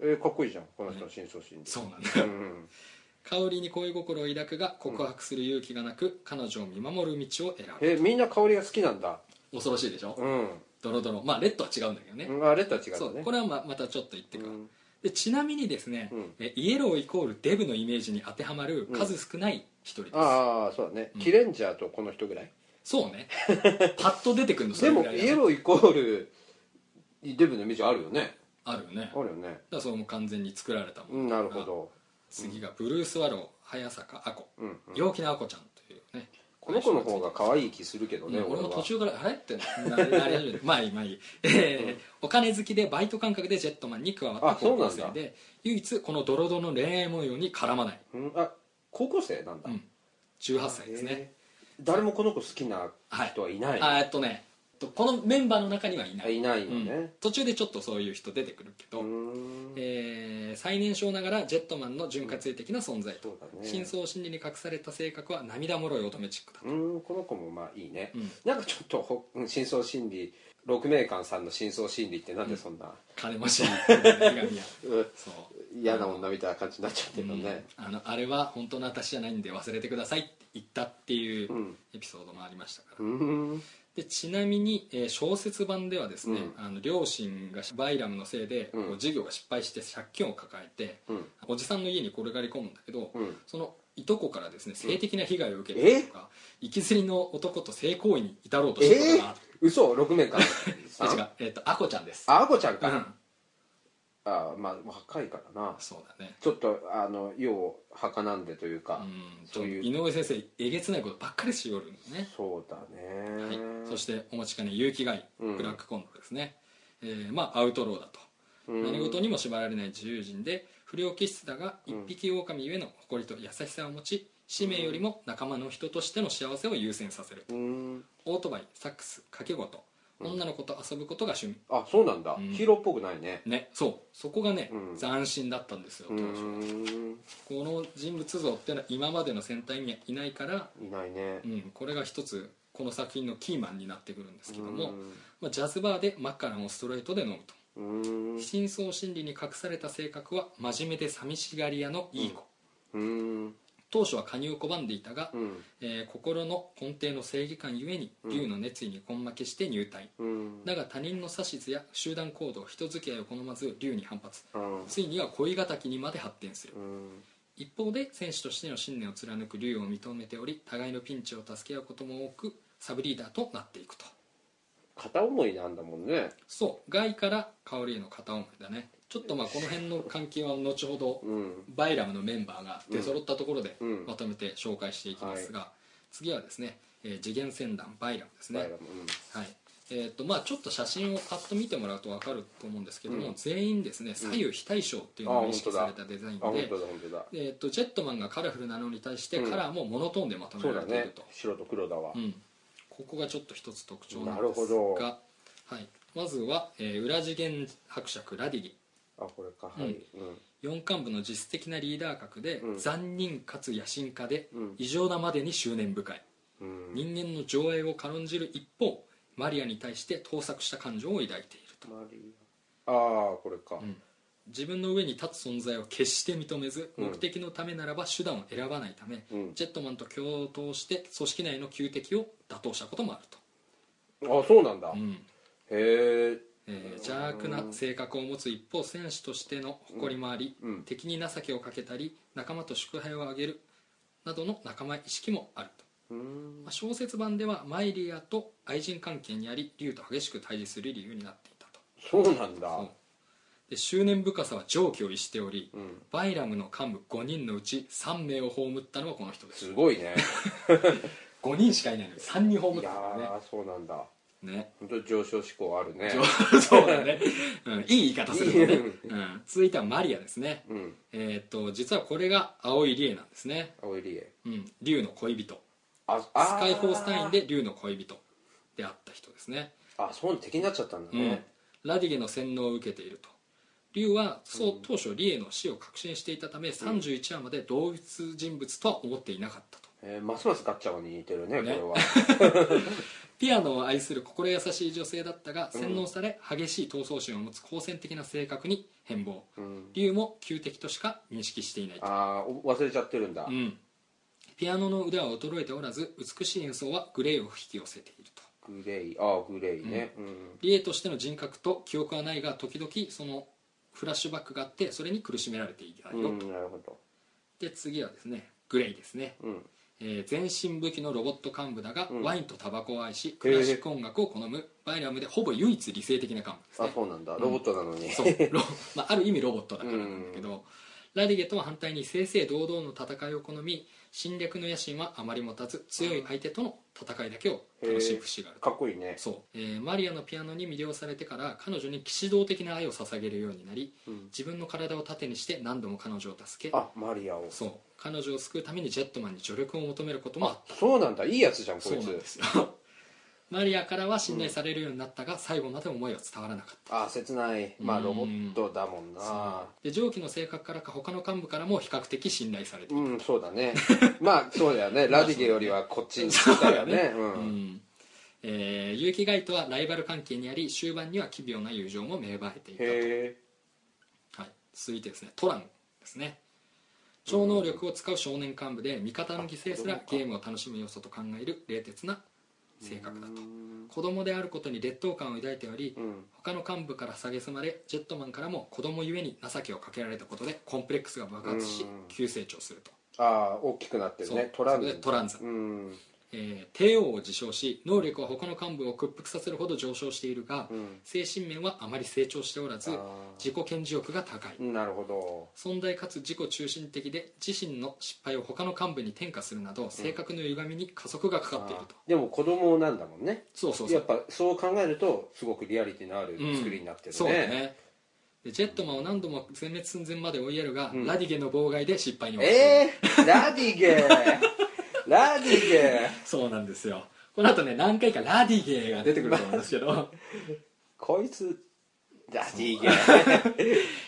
Speaker 3: えーかっこいいじゃんこの人の真相心理
Speaker 2: そうなんだ
Speaker 3: うん
Speaker 2: 香りに恋心を抱くが告白する勇気がなく、彼女を見守る道を選ぶ
Speaker 3: えーみんな香りが好きなんだ
Speaker 2: 恐ろしいでしょ、
Speaker 3: うん
Speaker 2: ドロドロまあレッドは違うんだけどね、
Speaker 3: うんあレッドは違
Speaker 2: そ
Speaker 3: うんだ
Speaker 2: う
Speaker 3: ね
Speaker 2: これはままたちょっと言ってくわ、
Speaker 3: うん
Speaker 2: でちなみにですね、
Speaker 3: うん
Speaker 2: えイエローイコールデブのイメージに当てはまる数少ない一人です、
Speaker 3: ああそうだね、キレンジャーとこの人ぐらい
Speaker 2: そ うねパッと出てくるのそ
Speaker 3: で
Speaker 2: れぐ
Speaker 3: も
Speaker 2: らいがね
Speaker 3: イエローイコールデブのイメージあるよね
Speaker 2: あるよね
Speaker 3: あるよね
Speaker 2: だからそれも完全に作られたも
Speaker 3: う
Speaker 2: の
Speaker 3: んなるほど
Speaker 2: 次がブルースワロー早坂アコ、
Speaker 3: うん
Speaker 2: 陽気なアコちゃんというね
Speaker 3: この子の方が可愛い気するけど
Speaker 2: うん
Speaker 3: ね、俺
Speaker 2: 俺も
Speaker 3: は
Speaker 2: 途中から「あれ?」って なりなり始めてまあいいまあいい、えーお金好きでバイト感覚でジェットマンに加わった
Speaker 3: あそ
Speaker 2: 高
Speaker 3: うな
Speaker 2: 校
Speaker 3: んだ
Speaker 2: 生で唯一このドロドロの恋愛模様に絡まない、
Speaker 3: うんあ高校生なんだ、
Speaker 2: うん、18歳ですね
Speaker 3: へー誰もこの子好きな人はいない、
Speaker 2: あーえっとねとこのメンバーの中にはいな
Speaker 3: あ
Speaker 2: い
Speaker 3: いないよ
Speaker 2: うん
Speaker 3: ね、
Speaker 2: 途中でちょっとそういう人出てくるけど、
Speaker 3: うーん
Speaker 2: えー最年少ながらジェットマンの潤滑的な存在と、
Speaker 3: そうだね
Speaker 2: 深層心理に隠された性格は涙もろい乙女チックだ
Speaker 3: うーんこの子もまあいいね、
Speaker 2: うん
Speaker 3: なんかちょっとほうん深層心理六名館さんの深層心理ってなんでそんな
Speaker 2: 金持 ちの女神や
Speaker 3: うん
Speaker 2: そう
Speaker 3: 嫌な女みたいな感じになっちゃってるのね、
Speaker 2: うんあのあれは本当の私じゃないんで忘れてくださいって言ったっていう
Speaker 3: うん
Speaker 2: エピソードもありましたから、
Speaker 3: うん
Speaker 2: でちなみに、えー小説版ではですね、
Speaker 3: う
Speaker 2: あの両親がバイラムのせいで、
Speaker 3: うん
Speaker 2: こう事業が失敗して借金を抱えて、
Speaker 3: うん
Speaker 2: おじさんの家に転がり込むんだけど、
Speaker 3: うん
Speaker 2: そのいとこからですね性的な被害を受けたりとか、行きずりの男と性行為に至ろうとしたこと
Speaker 3: え
Speaker 2: が
Speaker 3: ー
Speaker 2: あっ、
Speaker 3: 嘘六名館
Speaker 2: た、
Speaker 3: さ
Speaker 2: え
Speaker 3: ん
Speaker 2: 違う、えー、とアコちゃんです
Speaker 3: ああこちゃん
Speaker 2: う
Speaker 3: か、
Speaker 2: ん
Speaker 3: あまあ若いからな
Speaker 2: そうだね
Speaker 3: ちょっとあの世をはかなんでというか、
Speaker 2: うん
Speaker 3: そういう
Speaker 2: 井上先生えげつないことばっかりしよるのね、
Speaker 3: そうだね、
Speaker 2: はい、そしてお待ちかね有機害
Speaker 3: うん
Speaker 2: ブラックコンドルですね、えーまあアウトローだと
Speaker 3: うん
Speaker 2: 何事にも縛られない自由人で不良気質だが一匹狼ゆえの誇りと優しさを持ち使命よりも仲間の人としての幸せを優先させる
Speaker 3: うん
Speaker 2: オートバイサックス掛け事女の子と遊ぶことが趣味、
Speaker 3: あそうなんだ、
Speaker 2: うん
Speaker 3: ヒーローっぽくないね
Speaker 2: ねそうそこがね、
Speaker 3: うん
Speaker 2: 斬新だったんですよ
Speaker 3: う
Speaker 2: 当初
Speaker 3: ん
Speaker 2: この人物像っていうのは今までの戦隊にはいないから、
Speaker 3: いないね
Speaker 2: うん、これが一つこの作品のキーマンになってくるんですけども、
Speaker 3: うん
Speaker 2: まあ、ジャズバーでマカロンをストレートで飲むと
Speaker 3: うん
Speaker 2: 深層心理に隠された性格は真面目で寂しがり屋のいい子、
Speaker 3: うん
Speaker 2: 当初は加入を拒んでいたが、
Speaker 3: うん
Speaker 2: えー心の根底の正義感ゆえに
Speaker 3: うん
Speaker 2: 竜の熱意に根負けして入隊、
Speaker 3: うん
Speaker 2: だが他人の指図や集団行動人付き合いを好まず竜に反発
Speaker 3: うん
Speaker 2: ついには恋敵にまで発展する
Speaker 3: うん
Speaker 2: 一方で選手としての信念を貫く竜を認めており互いのピンチを助け合うことも多くサブリーダーとなっていくと
Speaker 3: 片思いなんだもんね
Speaker 2: そう外から香りへの片思いだねちょっとまあこの辺の関係は後ほど
Speaker 3: うん
Speaker 2: バイラムのメンバーが出揃ったところで
Speaker 3: うん
Speaker 2: まとめて紹介していきますが、次はですね、えー次元戦団バイラムですね、
Speaker 3: バ
Speaker 2: は
Speaker 3: イ
Speaker 2: い
Speaker 3: ラもうん
Speaker 2: えーとまあ、ちょっと写真をパッと見てもらうと分かると思うんですけども、
Speaker 3: うん
Speaker 2: 全員ですね左右非対称っていうの
Speaker 3: あ
Speaker 2: を
Speaker 3: ー
Speaker 2: 意識
Speaker 3: 本当だ
Speaker 2: されたデザイン
Speaker 3: あ本
Speaker 2: で
Speaker 3: 当だ本当だ
Speaker 2: えー、とジェットマンがカラフルなのに対して
Speaker 3: うん
Speaker 2: カラーもモノトーンでまと
Speaker 3: そ
Speaker 2: め
Speaker 3: う
Speaker 2: ら
Speaker 3: だ
Speaker 2: れてい
Speaker 3: ね
Speaker 2: ると、
Speaker 3: 白と黒だわ
Speaker 2: うんここがちょっと一つ特徴な
Speaker 3: なんる
Speaker 2: で
Speaker 3: ほ
Speaker 2: す
Speaker 3: ど
Speaker 2: が、はい、まずは、えー裏次元伯爵ラディギ
Speaker 3: あこれかはいうん
Speaker 2: 四幹部の実質的なリーダー格で、
Speaker 3: うん
Speaker 2: 残忍かつ野心家で、
Speaker 3: うん
Speaker 2: 異常なまでに執念深い
Speaker 3: うん
Speaker 2: 人間の情愛を軽んじる一方マリアに対して盗作した感情を抱いていると、
Speaker 3: マリアああこれか
Speaker 2: うん自分の上に立つ存在を決して認めず
Speaker 3: うん
Speaker 2: 目的のためならば手段を選ばないため、
Speaker 3: うん
Speaker 2: ジェットマンと共闘して組織内の仇敵を打倒したこともあると、
Speaker 3: あそうなんだ、
Speaker 2: う
Speaker 3: へ
Speaker 2: ん
Speaker 3: え
Speaker 2: えー邪悪な性格を持つ一方戦士としての誇りもあり、
Speaker 3: うんうん
Speaker 2: 敵に情けをかけたり仲間と祝杯をあげるなどの仲間意識もあると
Speaker 3: うん
Speaker 2: まあ小説版ではマイリアと愛人関係にあり竜と激しく対峙する理由になっていたと
Speaker 3: そうなんだ
Speaker 2: そうで執念深さは常軌を逸しており、
Speaker 3: ん
Speaker 2: バイラムの幹部5人のうち3名を葬ったのはこの人です
Speaker 3: すごいね
Speaker 2: 5人しかいないのに3人葬
Speaker 3: い
Speaker 2: った
Speaker 3: や
Speaker 2: ん
Speaker 3: ー
Speaker 2: だ
Speaker 3: そうなんだ
Speaker 2: ねね
Speaker 3: 本当上昇志向あるね
Speaker 2: そうだね、うん、いい言い方するとね、
Speaker 3: い
Speaker 2: うん、続いてはマリアですね
Speaker 3: うん
Speaker 2: えっ、と実はこれが青いリエなんですね、
Speaker 3: 青いリエ
Speaker 2: うん、竜の恋人
Speaker 3: あ
Speaker 2: ス
Speaker 3: あ
Speaker 2: カイフォースタインで竜の恋人であった人ですね
Speaker 3: あそう敵になっちゃったんだ
Speaker 2: うん
Speaker 3: ね、、
Speaker 2: ラディゲの洗脳を受けていると竜はそう当初リエの死を確信していたため31話まで同一人物とは思っていなかったと
Speaker 3: えーますますガッチャゴに似てるね
Speaker 2: ね
Speaker 3: これは
Speaker 2: ピアノを愛する心優しい女性だったが洗脳され激しい闘争心を持つ好戦的な性格に変貌
Speaker 3: うん
Speaker 2: 竜も旧敵としか認識していないと、
Speaker 3: あーお忘れちゃってるんだ、
Speaker 2: うん、ピアノの腕は衰えておらず美しい演奏はグレーを引き寄せていると
Speaker 3: グレイああグレイねうん、
Speaker 2: リエとしての人格と記憶はないが時々そのフラッシュバックがあってそれに苦しめられていた
Speaker 3: う
Speaker 2: よと、
Speaker 3: んなるほど
Speaker 2: で次はですねグレイですね、
Speaker 3: うん
Speaker 2: えー全身武器のロボット幹部だが、
Speaker 3: うん
Speaker 2: ワインとタバコを愛し
Speaker 3: へー
Speaker 2: クラシック音楽を好むバイラムでほぼ唯一理性的な幹部
Speaker 3: あそうなんだロボットなのに、
Speaker 2: ですね そうロまあ、ある意味ロボットだからなんだけど、ラディゲとは反対に正々堂々の戦いを好み侵略の野心はあまり持たず強い相手との戦いだけを楽しむ節がある
Speaker 3: かっこいいね
Speaker 2: そう、えーマリアのピアノに魅了されてから彼女に騎士道的な愛を捧げるようになり
Speaker 3: うん
Speaker 2: 自分の体を盾にして何度も彼女を助け
Speaker 3: あマリアを
Speaker 2: そう彼女を救うためにジェットマンに助力を求めることもあっ
Speaker 3: あそうなんだいいやつじゃん
Speaker 2: た
Speaker 3: こ
Speaker 2: そう
Speaker 3: い
Speaker 2: なん
Speaker 3: つ
Speaker 2: ですよ マリアからは信頼されるようになったが、最後まで思いは伝わらなかっ
Speaker 3: あ切ないまあ
Speaker 2: うん
Speaker 3: ロボットだもんな
Speaker 2: たで上記の性格からか他の幹部からも比較的信頼されている、
Speaker 3: うんそうだ ねまあそうだよねラディゲよりはこっちにだよねう
Speaker 2: うんんえー、結城ガイとはライバル関係にあり終盤には奇妙な友情も芽生えていた
Speaker 3: へ
Speaker 2: はい、続いてですねトランですね超能力を使う少年幹部で味方の犠牲すらゲームを楽しむ要素と考える冷徹な性格だと子供であることに劣等感を抱いており
Speaker 3: えうん
Speaker 2: 他の幹部から蔑まれジェットマンからも子供ゆえに情けをかけられたことでコンプレックスが爆発し
Speaker 3: うん
Speaker 2: 急成長すると
Speaker 3: ああ大きくなってる
Speaker 2: そう
Speaker 3: ねトラン
Speaker 2: それでトランザ
Speaker 3: うん
Speaker 2: えー帝王を自称し能力は他の幹部を屈服させるほど上昇しているが
Speaker 3: うん
Speaker 2: 精神面はあまり成長しておらず
Speaker 3: あー
Speaker 2: 自己顕示欲が高い
Speaker 3: なるほど
Speaker 2: 存在かつ自己中心的で自身の失敗を他の幹部に転嫁するなど性格の歪みに加速がかかっている
Speaker 3: あ
Speaker 2: と、
Speaker 3: ーでも子供なんだもんね
Speaker 2: そうそうそ
Speaker 3: や
Speaker 2: う
Speaker 3: っぱそう考えるとすごくリアリティのある
Speaker 2: うん
Speaker 3: 作りになってる
Speaker 2: そうだ
Speaker 3: ね
Speaker 2: ねでジェットマンを何度も全滅寸前まで追いやるが、
Speaker 3: うん
Speaker 2: ラディゲの妨害で失敗に終わっている
Speaker 3: えーラディ ゲラディゲ
Speaker 2: そうなんですよこの後ね何回かラディゲーが出てくると思うんです けど、
Speaker 3: こいつラディゲ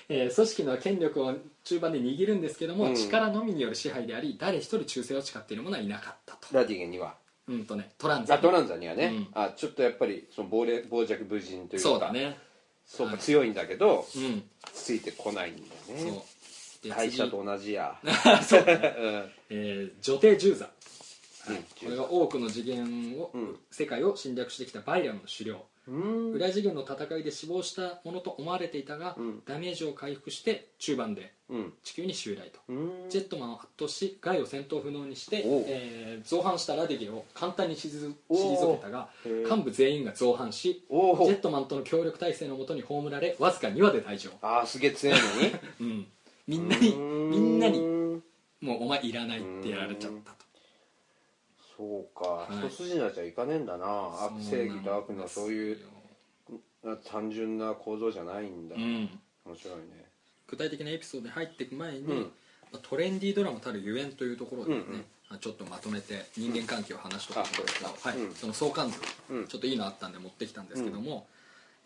Speaker 2: えー組織の権力を中盤で握るんですけども、
Speaker 3: うん
Speaker 2: 力のみによる支配であり誰一人忠誠を誓っている者はいなかったと
Speaker 3: ラディゲには
Speaker 2: うんとねトランザ
Speaker 3: あトランザにはね、
Speaker 2: うん
Speaker 3: あちょっとやっぱりその暴れ傍弱無人というか
Speaker 2: そうだね
Speaker 3: そうか
Speaker 2: はい
Speaker 3: 強いんだけど、
Speaker 2: うん
Speaker 3: ついてこないんだよね
Speaker 2: そうで
Speaker 3: 会社
Speaker 2: 次
Speaker 3: と同じや
Speaker 2: そうだね
Speaker 3: うん
Speaker 2: えー、女帝十座、
Speaker 3: うん
Speaker 2: これは多くの次元を、
Speaker 3: うん
Speaker 2: 世界を侵略してきたバイラムの狩猟
Speaker 3: うん
Speaker 2: 裏次元の戦いで死亡したものと思われていたが、
Speaker 3: うん
Speaker 2: ダメージを回復して中盤で
Speaker 3: うん
Speaker 2: 地球に襲来と、
Speaker 3: うん
Speaker 2: ジェットマンを圧倒しガイを戦闘不能にして、
Speaker 3: おう
Speaker 2: えー造反したラディゲを簡単に退
Speaker 3: おう
Speaker 2: 退けたが
Speaker 3: へー
Speaker 2: 幹部全員が造反し
Speaker 3: お
Speaker 2: ジェ
Speaker 3: お
Speaker 2: ットマンとの協力体制のもとに葬られわずか2話で退場、
Speaker 3: ああすげえ強いのに
Speaker 2: うん、 みんなに
Speaker 3: う
Speaker 2: みんなに
Speaker 3: ん
Speaker 2: もうお前いらないってやられちゃったと
Speaker 3: そうか、
Speaker 2: はい
Speaker 3: 一筋縄じゃいかねえんだな悪正義と悪のそういう単純な構造じゃないんだ、
Speaker 2: うん
Speaker 3: 面白いね
Speaker 2: 具体的なエピソードに入っていく前に、
Speaker 3: うん
Speaker 2: まあトレンディードラマたるゆえんというところでね、
Speaker 3: うんうん
Speaker 2: まあちょっとまとめて人間関係を話しとか
Speaker 3: あそうですか
Speaker 2: はい
Speaker 3: うん
Speaker 2: その相関図、
Speaker 3: うん
Speaker 2: ちょっといいのあったんで持ってきたんですけども、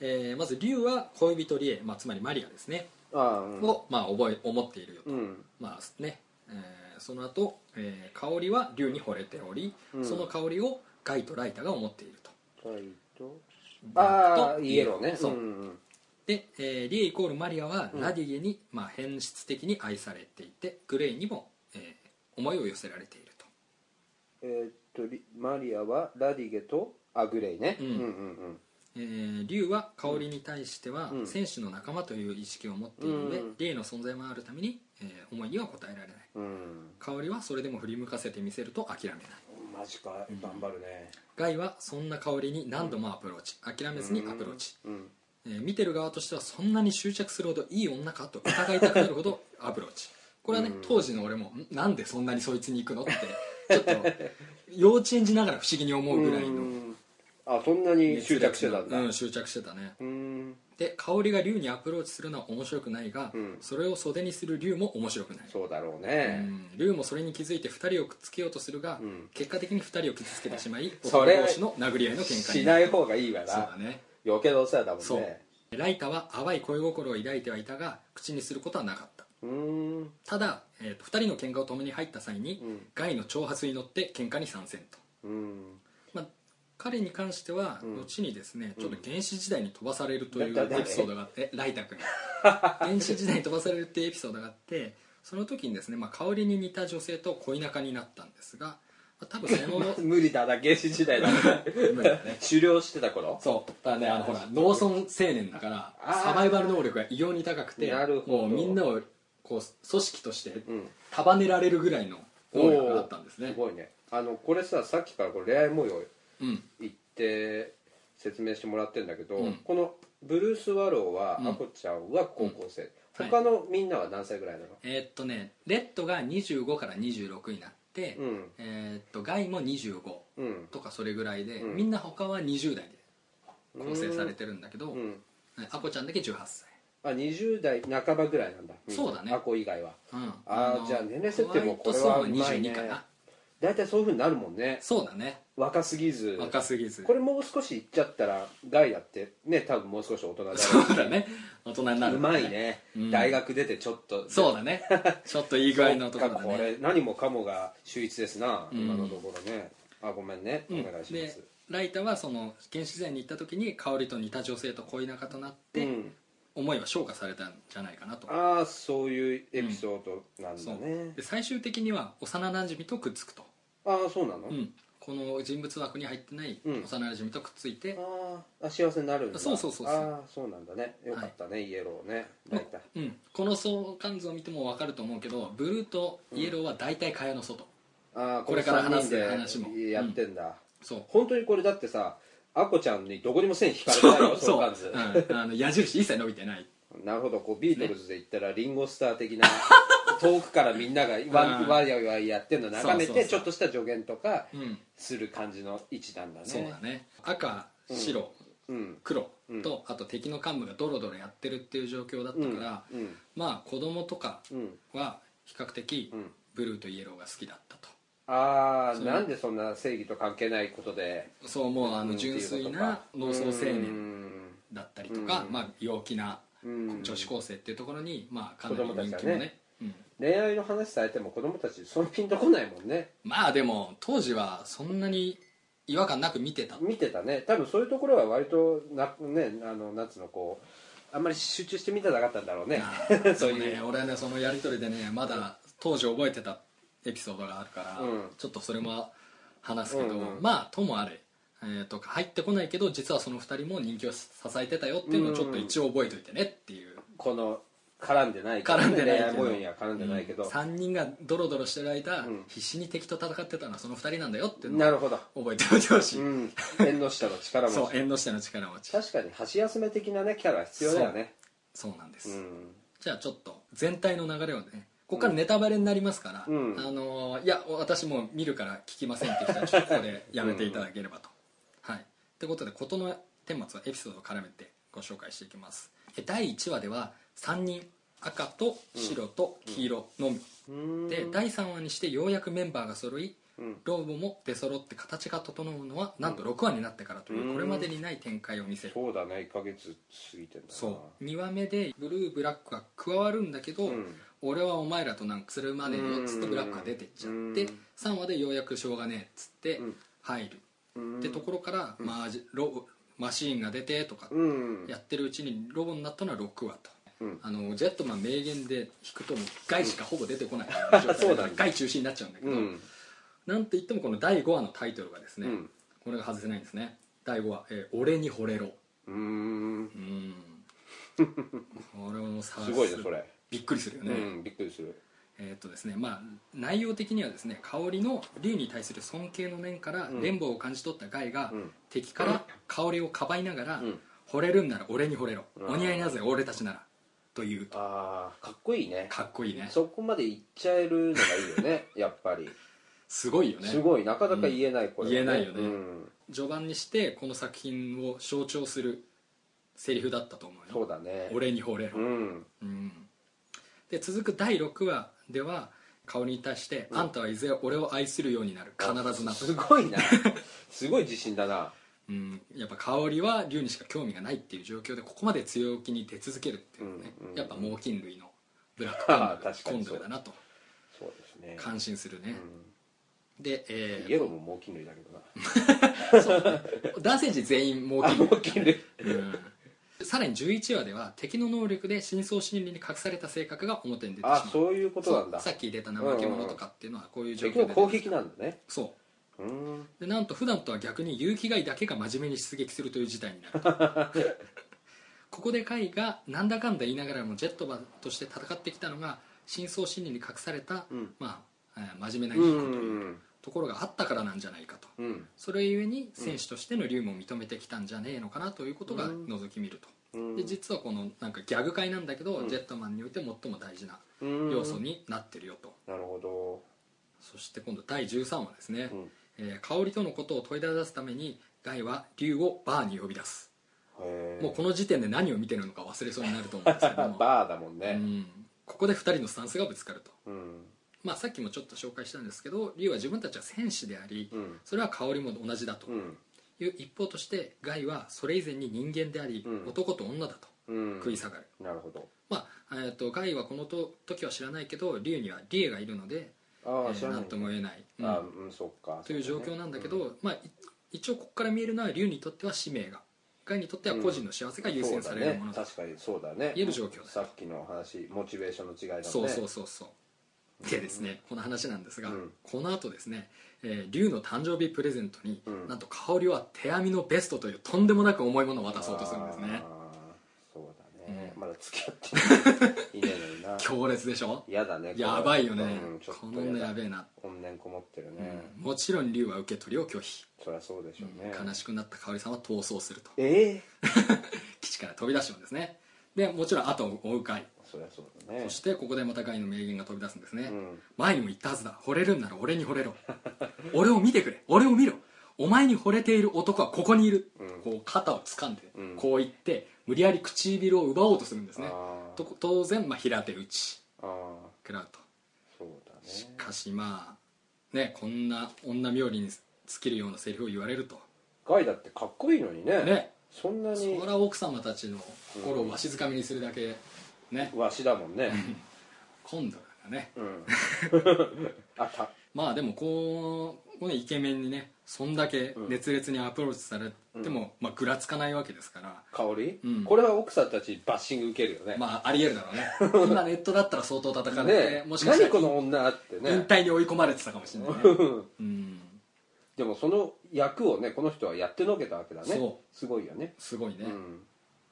Speaker 2: えーまず竜は恋人リエ、まあ、つまりマリアですね、
Speaker 3: ああうん
Speaker 2: を、まあ、覚え思っているよと、
Speaker 3: うん
Speaker 2: まあねえーその後、えー香りは竜に惚れており、
Speaker 3: うん
Speaker 2: その香りをガイとライタが思っていると
Speaker 3: ライトああ
Speaker 2: と
Speaker 3: イエローね
Speaker 2: そう
Speaker 3: うんうん
Speaker 2: で、えーリエイコールマリアはラディゲに、まあ、変質的に愛されていてグレイにも、えー思いを寄せられていると
Speaker 3: えーっとリマリアはラディゲとあグレイね、
Speaker 2: うん
Speaker 3: うんうん
Speaker 2: えー竜は香りに対しては
Speaker 3: うん
Speaker 2: 戦士の仲間という意識を持っているので、
Speaker 3: うん
Speaker 2: 竜の存在もあるために、えー思いには応えられない
Speaker 3: うんうん
Speaker 2: 香りはそれでも振り向かせてみせると諦めない
Speaker 3: マジか頑張るね
Speaker 2: ガイはそんな香りに何度もアプローチ諦めずにアプローチ、
Speaker 3: うん
Speaker 2: えー見てる側としてはそんなに執着するほどいい女かと疑いたくなるほどアプローチこれはね、
Speaker 3: うん
Speaker 2: 当時の俺もんなんでそんなにそいつに行くのって ちょっと幼稚園児ながら不思議に思うぐらいの
Speaker 3: うんあそんなに執着してたんだ
Speaker 2: うん執着してたね
Speaker 3: うん
Speaker 2: で香りが竜にアプローチするのは面白くないが、
Speaker 3: うん
Speaker 2: それを袖にする竜も面白くない
Speaker 3: そうだろう
Speaker 2: う
Speaker 3: ね
Speaker 2: ん竜もそれに気づいて2人をくっつけようとするが、
Speaker 3: うん
Speaker 2: 結果的に2人を傷つけてしまい
Speaker 3: それ
Speaker 2: 男同士の殴り合いの喧嘩
Speaker 3: し
Speaker 2: にな
Speaker 3: な
Speaker 2: る
Speaker 3: い方がいいわ
Speaker 2: そうだ
Speaker 3: な
Speaker 2: ね
Speaker 3: 余計なお世話だも
Speaker 2: そ
Speaker 3: ん
Speaker 2: う
Speaker 3: ね
Speaker 2: ライタは淡い恋心を抱いてはいたが口にすることはなかった
Speaker 3: うん
Speaker 2: ただ、えー、と2人の喧嘩を共に入った際に、
Speaker 3: うん
Speaker 2: ガイの挑発に乗って喧嘩に参戦と、
Speaker 3: うん
Speaker 2: まあ、彼に関しては、
Speaker 3: うん
Speaker 2: 後にですね
Speaker 3: うん
Speaker 2: ちょっと原始時代に飛ばされるという
Speaker 3: だだ
Speaker 2: エピソードがあってライ タ君原始時代に飛ばされるっていうエピソードがあってその時にですね、まあ、香りに似た女性と恋仲になったんですが、まあ、多分その
Speaker 3: 無理 だな原始時代だな
Speaker 2: 無理だね
Speaker 3: 狩猟してた頃
Speaker 2: そうだからねあのほら農村青年だから
Speaker 3: あー
Speaker 2: サバイバル能力が異様に高くて
Speaker 3: なるほど
Speaker 2: もうみんなをこう組織として
Speaker 3: うん
Speaker 2: 束ねられるぐらいの能力があったんです
Speaker 3: す
Speaker 2: ね
Speaker 3: ごいねあのこれささっきからこれ恋愛模様
Speaker 2: うん
Speaker 3: 行って説明してもらってるんだけど、
Speaker 2: うん
Speaker 3: このブルース・ワローは、
Speaker 2: うん
Speaker 3: アコちゃんは高校生、
Speaker 2: うん
Speaker 3: 他のみんなは何歳ぐらいなの、
Speaker 2: えーっとねレッドが25から26になって、
Speaker 3: うん
Speaker 2: えーっとガイも25
Speaker 3: うん
Speaker 2: とかそれぐらいで、
Speaker 3: うん
Speaker 2: みんな他は20代で構成されてるんだけど、
Speaker 3: うん
Speaker 2: アコちゃんだけ18歳、
Speaker 3: あ20代半ばぐらいなんだ
Speaker 2: そうだね
Speaker 3: アコ以外は
Speaker 2: うん、
Speaker 3: あー
Speaker 2: の
Speaker 3: じゃあ年齢設定もこれ
Speaker 2: ホ
Speaker 3: は
Speaker 2: ワイトソーン22
Speaker 3: うま
Speaker 2: か
Speaker 3: いね
Speaker 2: な
Speaker 3: 大体そういうふうになるもんね
Speaker 2: そうだね
Speaker 3: 若すぎず
Speaker 2: 若すぎず
Speaker 3: これもう少しいっちゃったらガイだってね多分もう少し大人だろうし
Speaker 2: そうだね大人になる
Speaker 3: うまいね、
Speaker 2: うん
Speaker 3: 大学出てちょっと
Speaker 2: そうだ ねちょっといい具合のところだ
Speaker 3: そっかこ
Speaker 2: ね
Speaker 3: れ何もかもが秀逸ですな、
Speaker 2: うん
Speaker 3: 今のところねあごめんね、
Speaker 2: うん
Speaker 3: お願いしま
Speaker 2: ですライタはその原始時代に行った時に香りと似た女性と恋仲となって、
Speaker 3: うん
Speaker 2: 思いは昇華されたんじゃないかなと
Speaker 3: ああそういうエピソードなん
Speaker 2: そ
Speaker 3: だ
Speaker 2: う
Speaker 3: ね、
Speaker 2: で最終的には幼なじみとくっつくと、
Speaker 3: ああそうなの、
Speaker 2: うんこの人物枠に入ってない
Speaker 3: うん
Speaker 2: 幼なじみとくっついて、
Speaker 3: あーあ幸せになるんだ
Speaker 2: そうそうそうそう
Speaker 3: ああそうなんだねよかったね、イエローね大体、
Speaker 2: うん、この相関図を見ても分かると思うけどブルーとイエローは大体蚊帳の外、
Speaker 3: ああ
Speaker 2: これから話す
Speaker 3: この三
Speaker 2: 話
Speaker 3: 人
Speaker 2: も
Speaker 3: でやってんだ、
Speaker 2: そう
Speaker 3: 本当にこれだってさあこちゃんにどこにも線引かれてないよ相関図
Speaker 2: うん、あの矢印一切伸びてない
Speaker 3: なるほどこうビートルズで言ったらリンゴスター的な遠くからみん ながワ
Speaker 2: うん
Speaker 3: ンワイワイワイやってるの眺め
Speaker 2: そうそ
Speaker 3: て
Speaker 2: うそう
Speaker 3: ちょっとした助言とか
Speaker 2: うん
Speaker 3: する感じの位置なんだね
Speaker 2: そうだね赤白、
Speaker 3: うん
Speaker 2: 黒と、あと敵の幹部がドロドロやってるっていう状況だった
Speaker 3: う
Speaker 2: か
Speaker 3: ん
Speaker 2: ら、
Speaker 3: うん
Speaker 2: まあ子供とか
Speaker 3: うん
Speaker 2: は比較的
Speaker 3: うん
Speaker 2: ブルーとイエローが好きだったと、
Speaker 3: ああ
Speaker 2: そう
Speaker 3: なんでそんな正義と関係ないことで
Speaker 2: そうもうあ
Speaker 3: う
Speaker 2: の
Speaker 3: ん
Speaker 2: 純粋な農村青
Speaker 3: う
Speaker 2: 年
Speaker 3: ん
Speaker 2: だったりとか、
Speaker 3: うん
Speaker 2: まあ、陽気な
Speaker 3: うん
Speaker 2: 女子高生っていうところに、まあ、かなり人
Speaker 3: 子供た
Speaker 2: 気
Speaker 3: ち
Speaker 2: も
Speaker 3: は
Speaker 2: ね
Speaker 3: ね
Speaker 2: うん、
Speaker 3: 恋愛の話されても子供たちそのピンとこないもんね
Speaker 2: まあでも当時はそんなに違和感なく見てた
Speaker 3: 見てたね多分そういうところは割となねあの夏のこうあんまり集中して見てなかったんだろうね
Speaker 2: そ
Speaker 3: そううい
Speaker 2: ね
Speaker 3: う
Speaker 2: 俺はねそのやり取りでねまだ当時覚えてたエピソードがあるから、
Speaker 3: うん
Speaker 2: ちょっとそれも話すけど、
Speaker 3: うんうん
Speaker 2: まあともあれ、えーと入ってこないけど実はその2人も人気を支えてたよっていうのをちょっと一応覚えといてねっていう、
Speaker 3: この絡んでない
Speaker 2: 絡んでない
Speaker 3: 恋
Speaker 2: け
Speaker 3: 愛
Speaker 2: ど
Speaker 3: 模様には絡んでないけど、
Speaker 2: 3人がドロドロしてる間、
Speaker 3: うん
Speaker 2: 必死に敵と戦ってたのはその2人なんだよっていうの
Speaker 3: な
Speaker 2: を
Speaker 3: るほど、
Speaker 2: 覚えておいてほしい、
Speaker 3: うん、縁の下の力
Speaker 2: そう
Speaker 3: 持ち
Speaker 2: 縁の下の力持ち
Speaker 3: 確かに箸休め的なねキャラは必要だよね
Speaker 2: そうなんです、
Speaker 3: うん
Speaker 2: じゃあちょっと全体の流れをねここからネタバレになりますから、
Speaker 3: うん
Speaker 2: あのーいや私もう見るから聞きませんって人はちょっとここでやめていただければと。はい、ということで事の顛末はエピソードを絡めてご紹介していきますえ第1話では3人赤と白と黄色のみ、
Speaker 3: うん
Speaker 2: で第3話にしてようやくメンバーが揃い
Speaker 3: うん
Speaker 2: ローボも出揃って形が整うのはなんと6話になってからといううんこれまでにない展開を見せる
Speaker 3: そうだね1ヶ月過ぎてんだな
Speaker 2: そう2話目でブルーブラックが加わるんだけど、
Speaker 3: うん
Speaker 2: 俺はお前らとなんかするまでによっつってブラックが出てっちゃって
Speaker 3: うん
Speaker 2: 3話でようやくしょうがねえっつって
Speaker 3: うん
Speaker 2: 入る
Speaker 3: うん
Speaker 2: ってところから、まあ、ロマシーンが出てとか
Speaker 3: うん
Speaker 2: やってるうちにロボになったのは6話と、
Speaker 3: うん
Speaker 2: あのジェットマン名言で引くともう害しかほぼ出てこない状 態
Speaker 3: そうなんだ
Speaker 2: 害中止になっちゃうんだけ
Speaker 3: う
Speaker 2: ど、
Speaker 3: ん
Speaker 2: なんといってもこの第5話のタイトルがです
Speaker 3: う
Speaker 2: ね、
Speaker 3: ん
Speaker 2: これが外せないんですね第5話、えー俺に惚れろ」
Speaker 3: うん
Speaker 2: うん これもさ
Speaker 3: すごいねそれ、
Speaker 2: びっくりするよ
Speaker 3: う
Speaker 2: ね、
Speaker 3: んびっくりする
Speaker 2: えーっとですねまあ、内容的にはですね香りの竜に対する尊敬の念から
Speaker 3: うん
Speaker 2: 連棒を感じ取ったガイが、
Speaker 3: うん
Speaker 2: 敵から香りをかばいながら、
Speaker 3: うん
Speaker 2: 惚れるんなら俺に惚れろ、
Speaker 3: うん
Speaker 2: お似合いなぜ俺たちならというと
Speaker 3: ああかっこいいね
Speaker 2: かっこいいね
Speaker 3: そこまでいっちゃえるのがいいよねやっ ぱり
Speaker 2: すごいよね
Speaker 3: すごいなかなか言えないこれは、
Speaker 2: 言えないよね
Speaker 3: うん
Speaker 2: 序盤にしてこの作品を象徴するセリフだったと思う
Speaker 3: そ
Speaker 2: よ
Speaker 3: うだね
Speaker 2: 俺に惚れろ
Speaker 3: う、ん
Speaker 2: うんで続く第6話では香りに対して、
Speaker 3: うん
Speaker 2: あんたはいずれ俺を愛するようになる必ずな」と
Speaker 3: すごい なすごい自信だな
Speaker 2: うん、やっぱ香りは竜にしか興味がないっていう状況でここまで強気に出続けるっていうのはね、
Speaker 3: うんうん
Speaker 2: やっぱ猛禽類のブラッ
Speaker 3: ああ
Speaker 2: ク
Speaker 3: 確か
Speaker 2: コン
Speaker 3: に
Speaker 2: ド
Speaker 3: そう
Speaker 2: ルだなと
Speaker 3: そうですね
Speaker 2: 感心する
Speaker 3: う
Speaker 2: ね、
Speaker 3: ん
Speaker 2: で、え
Speaker 3: イエローも猛禽類だけどな
Speaker 2: ー男性陣全員猛
Speaker 3: あ
Speaker 2: 禽
Speaker 3: 猛禽 類
Speaker 2: 類、うんさらに11話では敵の能力で真相心理に隠された性格が表に出てしま
Speaker 3: あ
Speaker 2: う
Speaker 3: そういうことなんだ
Speaker 2: そうさっき出た怠け者とかっていうのはこういう状況
Speaker 3: 敵
Speaker 2: で
Speaker 3: の
Speaker 2: 出て
Speaker 3: 攻撃なんだね
Speaker 2: そう
Speaker 3: うん
Speaker 2: でなんと普段とは逆に結城害だけが真面目に出撃するという事態になると ここで甲斐がなんだかんだ言いながらもジェットマンとして戦ってきたのが深層心理に隠された、
Speaker 3: うん
Speaker 2: まあ、えー真面目
Speaker 3: う
Speaker 2: な良いことというんところがあったからなんじゃないかと
Speaker 3: うん
Speaker 2: それゆえに選手としての竜も認めてきたんじゃねえのかなということが
Speaker 3: うん
Speaker 2: 覗き見ると、
Speaker 3: うん
Speaker 2: で実はこのなんかギャグ界なんだけど、
Speaker 3: うん
Speaker 2: ジェットマンにおいて最も大事な
Speaker 3: うん
Speaker 2: 要素になってるよと、
Speaker 3: なるほど
Speaker 2: そして今度第13話ですね、
Speaker 3: うん
Speaker 2: えー香りとのことを問い出すためにガイは竜をバーに呼び出す、
Speaker 3: へえ
Speaker 2: もうこの時点で何を見てるのか忘れそうになると思うんですけど も、
Speaker 3: バーだもん
Speaker 2: う
Speaker 3: ね
Speaker 2: んここで2人のスタンスがぶつかると、
Speaker 3: うん
Speaker 2: まあ、さっきもちょっと紹介したんですけど竜は自分たちは戦士であり、
Speaker 3: うん
Speaker 2: それは香りも同じだと
Speaker 3: うん
Speaker 2: いう一方としてガイはそれ以前に人間であり、
Speaker 3: うん
Speaker 2: 男と女だと
Speaker 3: うん
Speaker 2: 食い下がる、
Speaker 3: なるほど
Speaker 2: まあえー、とガイはこのと時は知らないけど竜にはリエがいるので、え
Speaker 3: ああ
Speaker 2: ー
Speaker 3: 知らな
Speaker 2: ないんとも言えない、うん
Speaker 3: あうんそっか
Speaker 2: という状況なんだけど、
Speaker 3: う
Speaker 2: まあ、い一応ここから見えるのは竜にとっては使命がガイにとっては個人の幸せが優先されるもの
Speaker 3: そうだ
Speaker 2: だ,、
Speaker 3: ね確かにそうだね
Speaker 2: 言える状況だよ
Speaker 3: さっきの話モチベーションの違いだもんね
Speaker 2: そうそうそうそうでですねこの話なんですが、
Speaker 3: うん
Speaker 2: この後ですね、えー竜の誕生日プレゼントに、
Speaker 3: うん
Speaker 2: なんと香りは手編みのベストというとんでもなく重いものを渡そうとするんですね
Speaker 3: あーそうだね
Speaker 2: うん
Speaker 3: まだ付き合ってないいね えのにな
Speaker 2: 強烈でしょ
Speaker 3: やだねこれ
Speaker 2: やばいよね、
Speaker 3: うんちょっ
Speaker 2: ことの
Speaker 3: や
Speaker 2: 女
Speaker 3: だ
Speaker 2: やべえな、
Speaker 3: 怨念こもってる
Speaker 2: うん
Speaker 3: ね
Speaker 2: もちろん竜は受け取りを拒否、
Speaker 3: そりゃそうでしょうね
Speaker 2: 悲しくなった香りさんは逃走すると
Speaker 3: ええ
Speaker 2: 基地から飛び出しちゃうんですねでもちろん後を追うガイ
Speaker 3: そりゃそうだね
Speaker 2: そしてここでまたガイの名言が飛び出すんですね、
Speaker 3: うん
Speaker 2: 前にも言ったはずだ惚れるんなら俺に惚れろ 俺を見てくれ俺を見ろお前に惚れている男はここにいる、
Speaker 3: うん
Speaker 2: こう肩を掴んで、
Speaker 3: うん
Speaker 2: こう言って無理やり唇を奪おうとするんですね
Speaker 3: あー
Speaker 2: と当然、まあ、平手打ち
Speaker 3: あー
Speaker 2: 食らうと
Speaker 3: そうだ
Speaker 2: し
Speaker 3: ね
Speaker 2: かしまあねこんな女冥利に尽きるようなセリフを言われると
Speaker 3: ガイだってかっこいいのにね
Speaker 2: ね
Speaker 3: そんな
Speaker 2: そ
Speaker 3: に
Speaker 2: りゃ奥様たちの心をわしづかみにするだけね
Speaker 3: わしだもん ね
Speaker 2: 今度だね
Speaker 3: うん あた
Speaker 2: まあでもこうこのイケメンにねそんだけ熱烈にアプローチされても、まあぐらつかないわけですから
Speaker 3: 香り、
Speaker 2: うん
Speaker 3: これは奥さんたちバッシング受けるよね,、
Speaker 2: まあありえるだろうね 今ネットだったら相当叩かれて、
Speaker 3: ね
Speaker 2: もしかし
Speaker 3: 何
Speaker 2: たら
Speaker 3: この女って
Speaker 2: 引
Speaker 3: ね
Speaker 2: 退に追い込まれてたかもしれないねうん
Speaker 3: でもその役をねこの人はやってのけたわけだね
Speaker 2: そ
Speaker 3: すごいよね
Speaker 2: すごいね、
Speaker 3: うん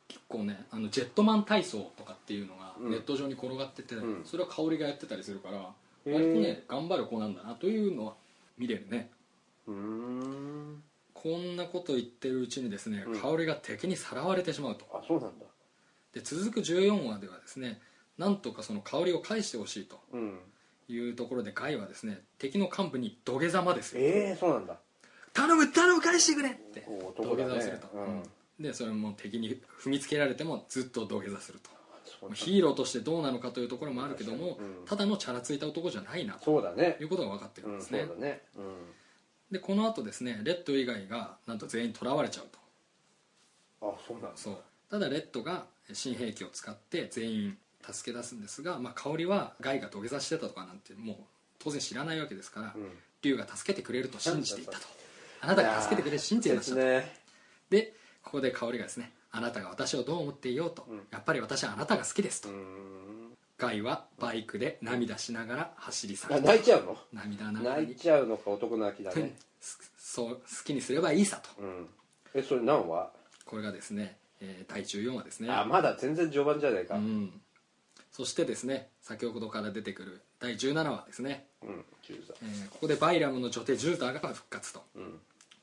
Speaker 2: 結構ねあのジェットマン体操とかっていうのが
Speaker 3: うん
Speaker 2: ネット上に転がってて、
Speaker 3: うん
Speaker 2: それは香りがやってたりするから
Speaker 3: へー
Speaker 2: 割とね頑張る子なんだなというのは見れるね
Speaker 3: うーん
Speaker 2: こんなこと言ってるうちにですね、
Speaker 3: うん
Speaker 2: 香りが敵にさらわれてしまうと
Speaker 3: あそうなんだ
Speaker 2: で続く14話ではですねなんとかその香りを返してほしいと
Speaker 3: うん
Speaker 2: いうところでガイはですね敵の幹部に土下座まですよ
Speaker 3: ええそうなんだ
Speaker 2: 頼む頼む返してくれって
Speaker 3: お
Speaker 2: 土
Speaker 3: 男だね
Speaker 2: 下座をすると、
Speaker 3: うん
Speaker 2: でそれも敵に踏みつけられてもずっと土下座すると
Speaker 3: そうなんだ
Speaker 2: ヒーローとしてどうなのかというところもあるけども、
Speaker 3: 確かにうん
Speaker 2: ただのチャラついた男じゃないなと
Speaker 3: そうだね
Speaker 2: いうことが分かってる
Speaker 3: うん
Speaker 2: で
Speaker 3: ん
Speaker 2: す
Speaker 3: そう
Speaker 2: ね、
Speaker 3: だねうん
Speaker 2: でこの後ですねレッド以外がなんと全員囚われちゃうと
Speaker 3: あそうなんだ
Speaker 2: そうただレッドが新兵器を使って全員助け出すんですが、まあ、香りはガイが土下座してたとかなんてもう当然知らないわけですから、
Speaker 3: うん
Speaker 2: 竜が助けてくれると信じていたとあなたが助けてくれると信じていました
Speaker 3: 切ね
Speaker 2: でここで香りがですねあなたが私をどう思っていようと、
Speaker 3: うん
Speaker 2: やっぱり私はあなたが好きです
Speaker 3: う
Speaker 2: と、
Speaker 3: ーん
Speaker 2: ガイはバイクで涙しながら走り去
Speaker 3: あ
Speaker 2: る
Speaker 3: 泣いちゃうの
Speaker 2: 涙ながら
Speaker 3: 泣い
Speaker 2: に
Speaker 3: ちゃうのか男の泣きだ
Speaker 2: うん
Speaker 3: ね
Speaker 2: すそう好きにすればいいさと
Speaker 3: うんえそれ何話
Speaker 2: これがですね、えー、体中4話ですね
Speaker 3: あまだ全然序盤じゃないかう
Speaker 2: う
Speaker 3: ん
Speaker 2: ん、そしてですね先ほどから出てくる第17話ですね、
Speaker 3: 13
Speaker 2: えーここでバイラムの女帝ジューターが復活と
Speaker 3: うん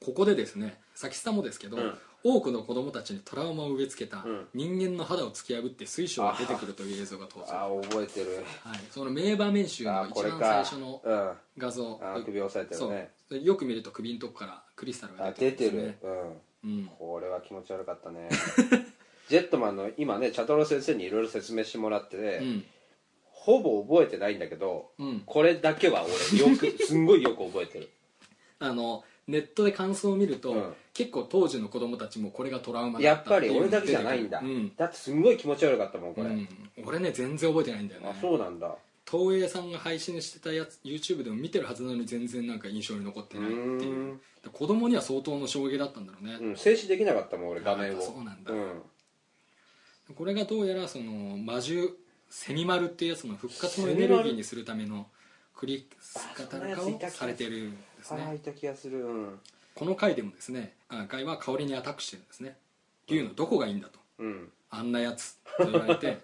Speaker 2: ここでですね先さもですけど、
Speaker 3: うん
Speaker 2: 多くの子供たちにトラウマを植え付けた
Speaker 3: うん
Speaker 2: 人間の肌を突き破って水晶が出てくるという映像が登場、は
Speaker 3: あ覚えてる
Speaker 2: い、その名場面集
Speaker 3: あ
Speaker 2: の
Speaker 3: こ
Speaker 2: 一
Speaker 3: れ
Speaker 2: 番最
Speaker 3: か
Speaker 2: 初の
Speaker 3: うん
Speaker 2: 画像
Speaker 3: あ首を押さえてるね
Speaker 2: そうよく見ると首のとこからクリスタル
Speaker 3: あ
Speaker 2: が
Speaker 3: 出
Speaker 2: 出
Speaker 3: て
Speaker 2: てくるん
Speaker 3: る
Speaker 2: ですよね
Speaker 3: うん
Speaker 2: うん
Speaker 3: これは気持ち悪かったね ジェットマンの今ね茶太郎先生にいろいろ説明してもらってね、
Speaker 2: うん
Speaker 3: ほぼ覚えてないんだけど、
Speaker 2: うん
Speaker 3: これだけは俺よくすんごいよく覚えて る
Speaker 2: あのネットで感想を見ると、
Speaker 3: うん
Speaker 2: 結構当時の子供たちもこれがトラウマだ
Speaker 3: や
Speaker 2: っ
Speaker 3: ったぱ
Speaker 2: て
Speaker 3: り
Speaker 2: いう
Speaker 3: 俺だけじゃないんだ、
Speaker 2: うん
Speaker 3: だってすんごい気持ち悪かったもんこれ、
Speaker 2: うん俺ね全然覚えてないんだよね
Speaker 3: あそうなんだ
Speaker 2: 東映さんが配信してたやつ YouTube でも見てるはずなのに全然なんか印象に残ってないって
Speaker 3: う
Speaker 2: い
Speaker 3: ー
Speaker 2: うん子供には相当の衝撃だったんだろうね、
Speaker 3: うん静止できなかったもん俺画面
Speaker 2: あ
Speaker 3: を
Speaker 2: そうなんだ
Speaker 3: うん
Speaker 2: これがどうやらその魔獣セミマルっていうやつの復活のエネルギーにするためのクリスカタル化をされてるんです
Speaker 3: ああい
Speaker 2: ね
Speaker 3: た気がするうん
Speaker 2: この回でもですねあガイは香りにアタックしてるんですね竜のどこがいいんだと
Speaker 3: うん
Speaker 2: あんなやつと言わ れて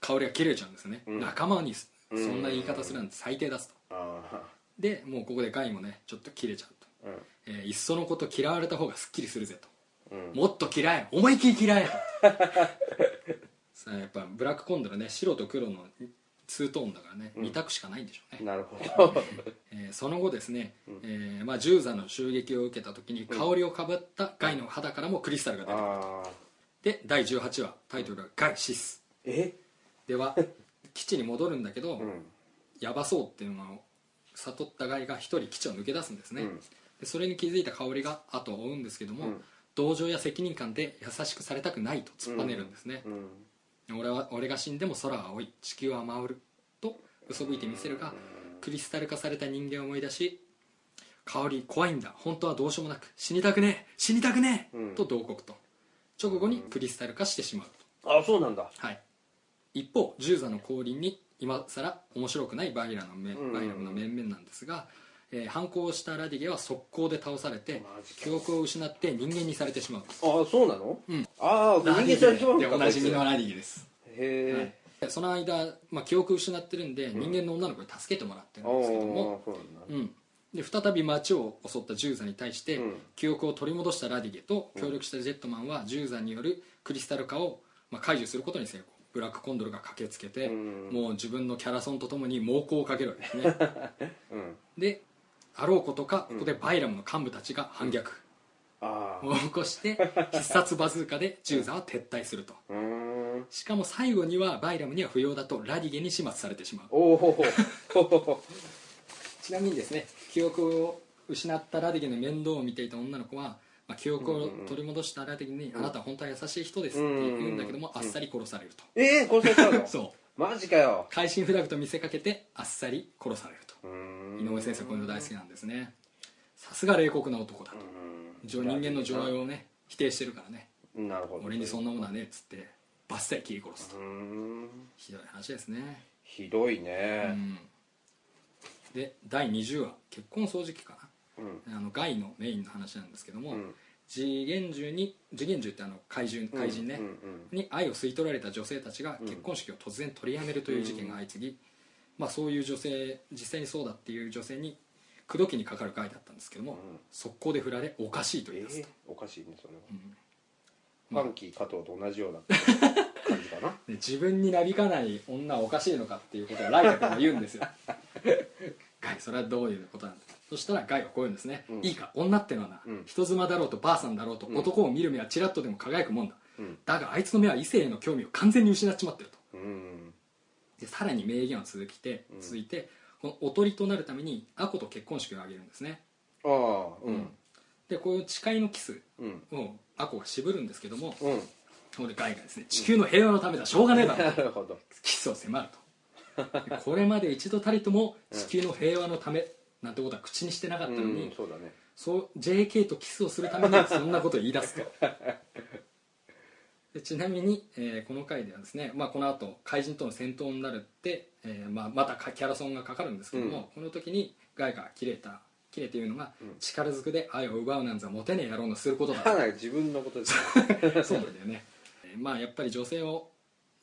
Speaker 2: 香りが切れちゃうんですね、
Speaker 3: うん
Speaker 2: 仲間にすそんな言い方するなんて最低だすと
Speaker 3: ああ
Speaker 2: でもうここでガイもねちょっと切れちゃうと、
Speaker 3: うん
Speaker 2: えーいっそのこと嫌われた方がすっきりするぜと、
Speaker 3: うん
Speaker 2: もっと嫌え思いっきり嫌えと さあやっぱブラックコンドルね白と黒のツートーンだからね、
Speaker 3: ん
Speaker 2: 2択しかないんでしょうね、
Speaker 3: なるほど
Speaker 2: えーその後ですね、
Speaker 3: ん
Speaker 2: えーまあ、銃座の襲撃を受けた時に香りをかぶったガイの肌からもクリスタルが出てくる、
Speaker 3: ああ
Speaker 2: で第18話タイトルは「ガイシス」
Speaker 3: え
Speaker 2: で は基地に戻るんだけど、
Speaker 3: うん
Speaker 2: やばそうっていうのを悟ったガイが一人基地を抜け出すんですね、
Speaker 3: うん
Speaker 2: でそれに気づいた香りが後を追うんですけども、
Speaker 3: うん
Speaker 2: 同情や責任感で優しくされたくないと突っぱねるんですね
Speaker 3: う、ん
Speaker 2: 俺は俺が死んでも空は青い地球は回ると嘘吹いてみせるがクリスタル化された人間を思い出し香り怖いんだ本当はどうしようもなく死にたくねえ死にたくねえ、
Speaker 3: うん
Speaker 2: と同国と直後にクリスタル化してしまう
Speaker 3: あそうなんだ
Speaker 2: はい、一方十座の降臨に今さら面白くないバイラの面、
Speaker 3: うん
Speaker 2: バイラムの面々なんですが、えー反抗したラディゲは速攻で倒されて
Speaker 3: マジか
Speaker 2: 記憶を失って人間にされてしまう
Speaker 3: ああそうなの、
Speaker 2: うん
Speaker 3: ああ人
Speaker 2: ラデ
Speaker 3: 間
Speaker 2: ィゲ
Speaker 3: さんしまう
Speaker 2: で
Speaker 3: のか
Speaker 2: おなじみの
Speaker 3: こ
Speaker 2: ラディゲです、
Speaker 3: いつへえ、
Speaker 2: はいでその間、まあ、記憶を失ってるんで、人間の女の子に助けてもらってるんですけども、
Speaker 3: おーそうなんだ
Speaker 2: うん、で再び町を襲った十座に対して、
Speaker 3: うん
Speaker 2: 記憶を取り戻したラディゲと協力したジェットマンは十座によるクリスタル化を、まあ、解除することに成功ブラックコンドルが駆けつけて、
Speaker 3: うん
Speaker 2: もう自分のキャラソンとともに猛攻をかけるわけですね
Speaker 3: うん
Speaker 2: であろうことかここでバイラムの幹部たちが反逆
Speaker 3: ああ
Speaker 2: を起こして必殺バズーカで十座は撤退すると
Speaker 3: うーん
Speaker 2: しかも最後にはバイラムには不要だとラディゲに始末されてしまう
Speaker 3: おお
Speaker 2: ちなみにですね記憶を失ったラディゲの面倒を見ていた女の子は、まあ、記憶を取り戻したラディゲに「あなたは本当は優しい人です」って言うんだけども、あっさり殺されると、
Speaker 3: ええー、殺されたの
Speaker 2: そう
Speaker 3: マジかよ
Speaker 2: 会心フラグと見せかけてあっさり殺されると
Speaker 3: うーん
Speaker 2: 井上先生こういうの大好きなんですねさすが冷酷な男だと人間の情愛をね否定してるからね
Speaker 3: なるほど
Speaker 2: 俺にそん
Speaker 3: な
Speaker 2: なものはねえっつってバッサリ切り殺す
Speaker 3: う
Speaker 2: と
Speaker 3: ーん
Speaker 2: ひどい話ですね
Speaker 3: ひどいうね
Speaker 2: んで第20話結婚掃除機か
Speaker 3: うん
Speaker 2: なあのガイのメインの話なんですけども、
Speaker 3: うん
Speaker 2: 次元獣に次元獣ってあの怪獣怪人ね、
Speaker 3: うんうん
Speaker 2: に愛を吸い取られた女性たちが結婚式を突然取りやめるという事件が相次ぎ、まあ、そういう女性実際にそうだっていう女性に口説きにかかる会だったんですけども、
Speaker 3: ん
Speaker 2: 速攻で振られおかしいと言
Speaker 3: え
Speaker 2: い出す
Speaker 3: ー
Speaker 2: と、、
Speaker 3: おかしいねそれは、
Speaker 2: ん
Speaker 3: ファンキー加藤と同じような感じか な
Speaker 2: で自分になびかない女はおかしいのかっていうことをライタ君が言うんですよ ガイそれはどういうことなんだそしたらガイはこういうんですね、
Speaker 3: うん
Speaker 2: いいか女ってのはな、
Speaker 3: うん
Speaker 2: 人妻だろうとばあさんだろうと、
Speaker 3: ん
Speaker 2: 男を見る目はちらっとでも輝くもんだ
Speaker 3: うん
Speaker 2: だがあいつの目は異性への興味を完全に失っちまってる
Speaker 3: う
Speaker 2: と
Speaker 3: ん
Speaker 2: でさらに名言は続きて
Speaker 3: うん
Speaker 2: 続いて、このおとりとなるためにアコと結婚式を挙げるんですね、
Speaker 3: ああうん
Speaker 2: でこういう誓いのキス
Speaker 3: うん
Speaker 2: をアコが渋るんですけども
Speaker 3: うん
Speaker 2: そこでガイがですね地球の平和のためだしょうがねえだろ
Speaker 3: なるほど
Speaker 2: キスを迫るとでこれまで一度たりとも地球の平和のためなんてことは口にしてなかったのに、
Speaker 3: うんそうだね
Speaker 2: そう JK とキスをするためにそんなことを言い出すとでちなみに、えーこの回ではですね、まあ、この後怪人との戦闘になるって、えーまあ、またかキャラソンがかかるんですけども、
Speaker 3: うん
Speaker 2: この時にガイが切れた切れていうのが、
Speaker 3: うん
Speaker 2: 力ずくで愛を奪うなんざモテねえ野郎のすることだ
Speaker 3: かなり自分のことですよ
Speaker 2: そうなんだよね、えーまあやっぱり女性を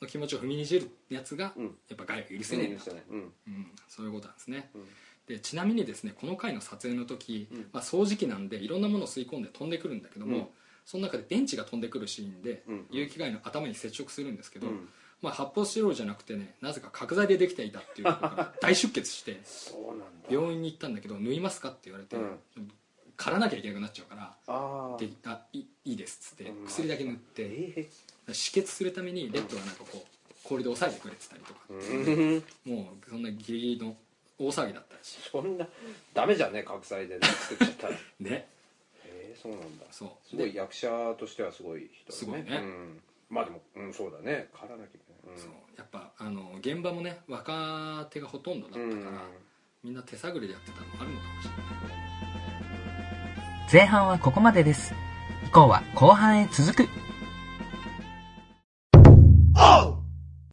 Speaker 2: の気持ちを踏みにじるやつが、
Speaker 3: うん
Speaker 2: やっぱ害を許せねえんだと、
Speaker 3: うん
Speaker 2: うん、そういうことなんですね
Speaker 3: うん
Speaker 2: でちなみにですねこの回の撮影の時、
Speaker 3: うん
Speaker 2: まあ、掃除機なんでいろんなものを吸い込んで飛んでくるんだけども、
Speaker 3: うん
Speaker 2: その中で電池が飛んでくるシーンで、
Speaker 3: うん
Speaker 2: 有機害の頭に接触するんですけど、
Speaker 3: うん
Speaker 2: まあ、発泡スチロールじゃなくてねなぜか角材でできていたっていうことが大出 血して
Speaker 3: そうなんだ
Speaker 2: 病院に行ったんだけど縫いますかって言われて、
Speaker 3: うん
Speaker 2: 刈らなきゃいけなくなっちゃうから
Speaker 3: ああ
Speaker 2: であいいいですっつって
Speaker 3: うん
Speaker 2: 薬だけ塗って、
Speaker 3: え
Speaker 2: 止血するためにレッドがなんかこう氷で抑えてくれてたりとか
Speaker 3: え、うん
Speaker 2: もうそんなギリギリの大騒ぎだったらし
Speaker 3: そんなダメじゃんね覚醒で、ね、作っちゃったらへ
Speaker 2: いね
Speaker 3: えそうなんだ
Speaker 2: そう
Speaker 3: すごい役者としてはすごい人だ
Speaker 2: すごいね
Speaker 3: うん、まあでも、うん、そうだね狩らなきゃいけない、うん、
Speaker 2: そうやっぱあの現場もね若手がほとんどだったから、みんな手探りでやってたのもあるのかもしれない
Speaker 1: 前半はここまでです。以降は後半へ続く。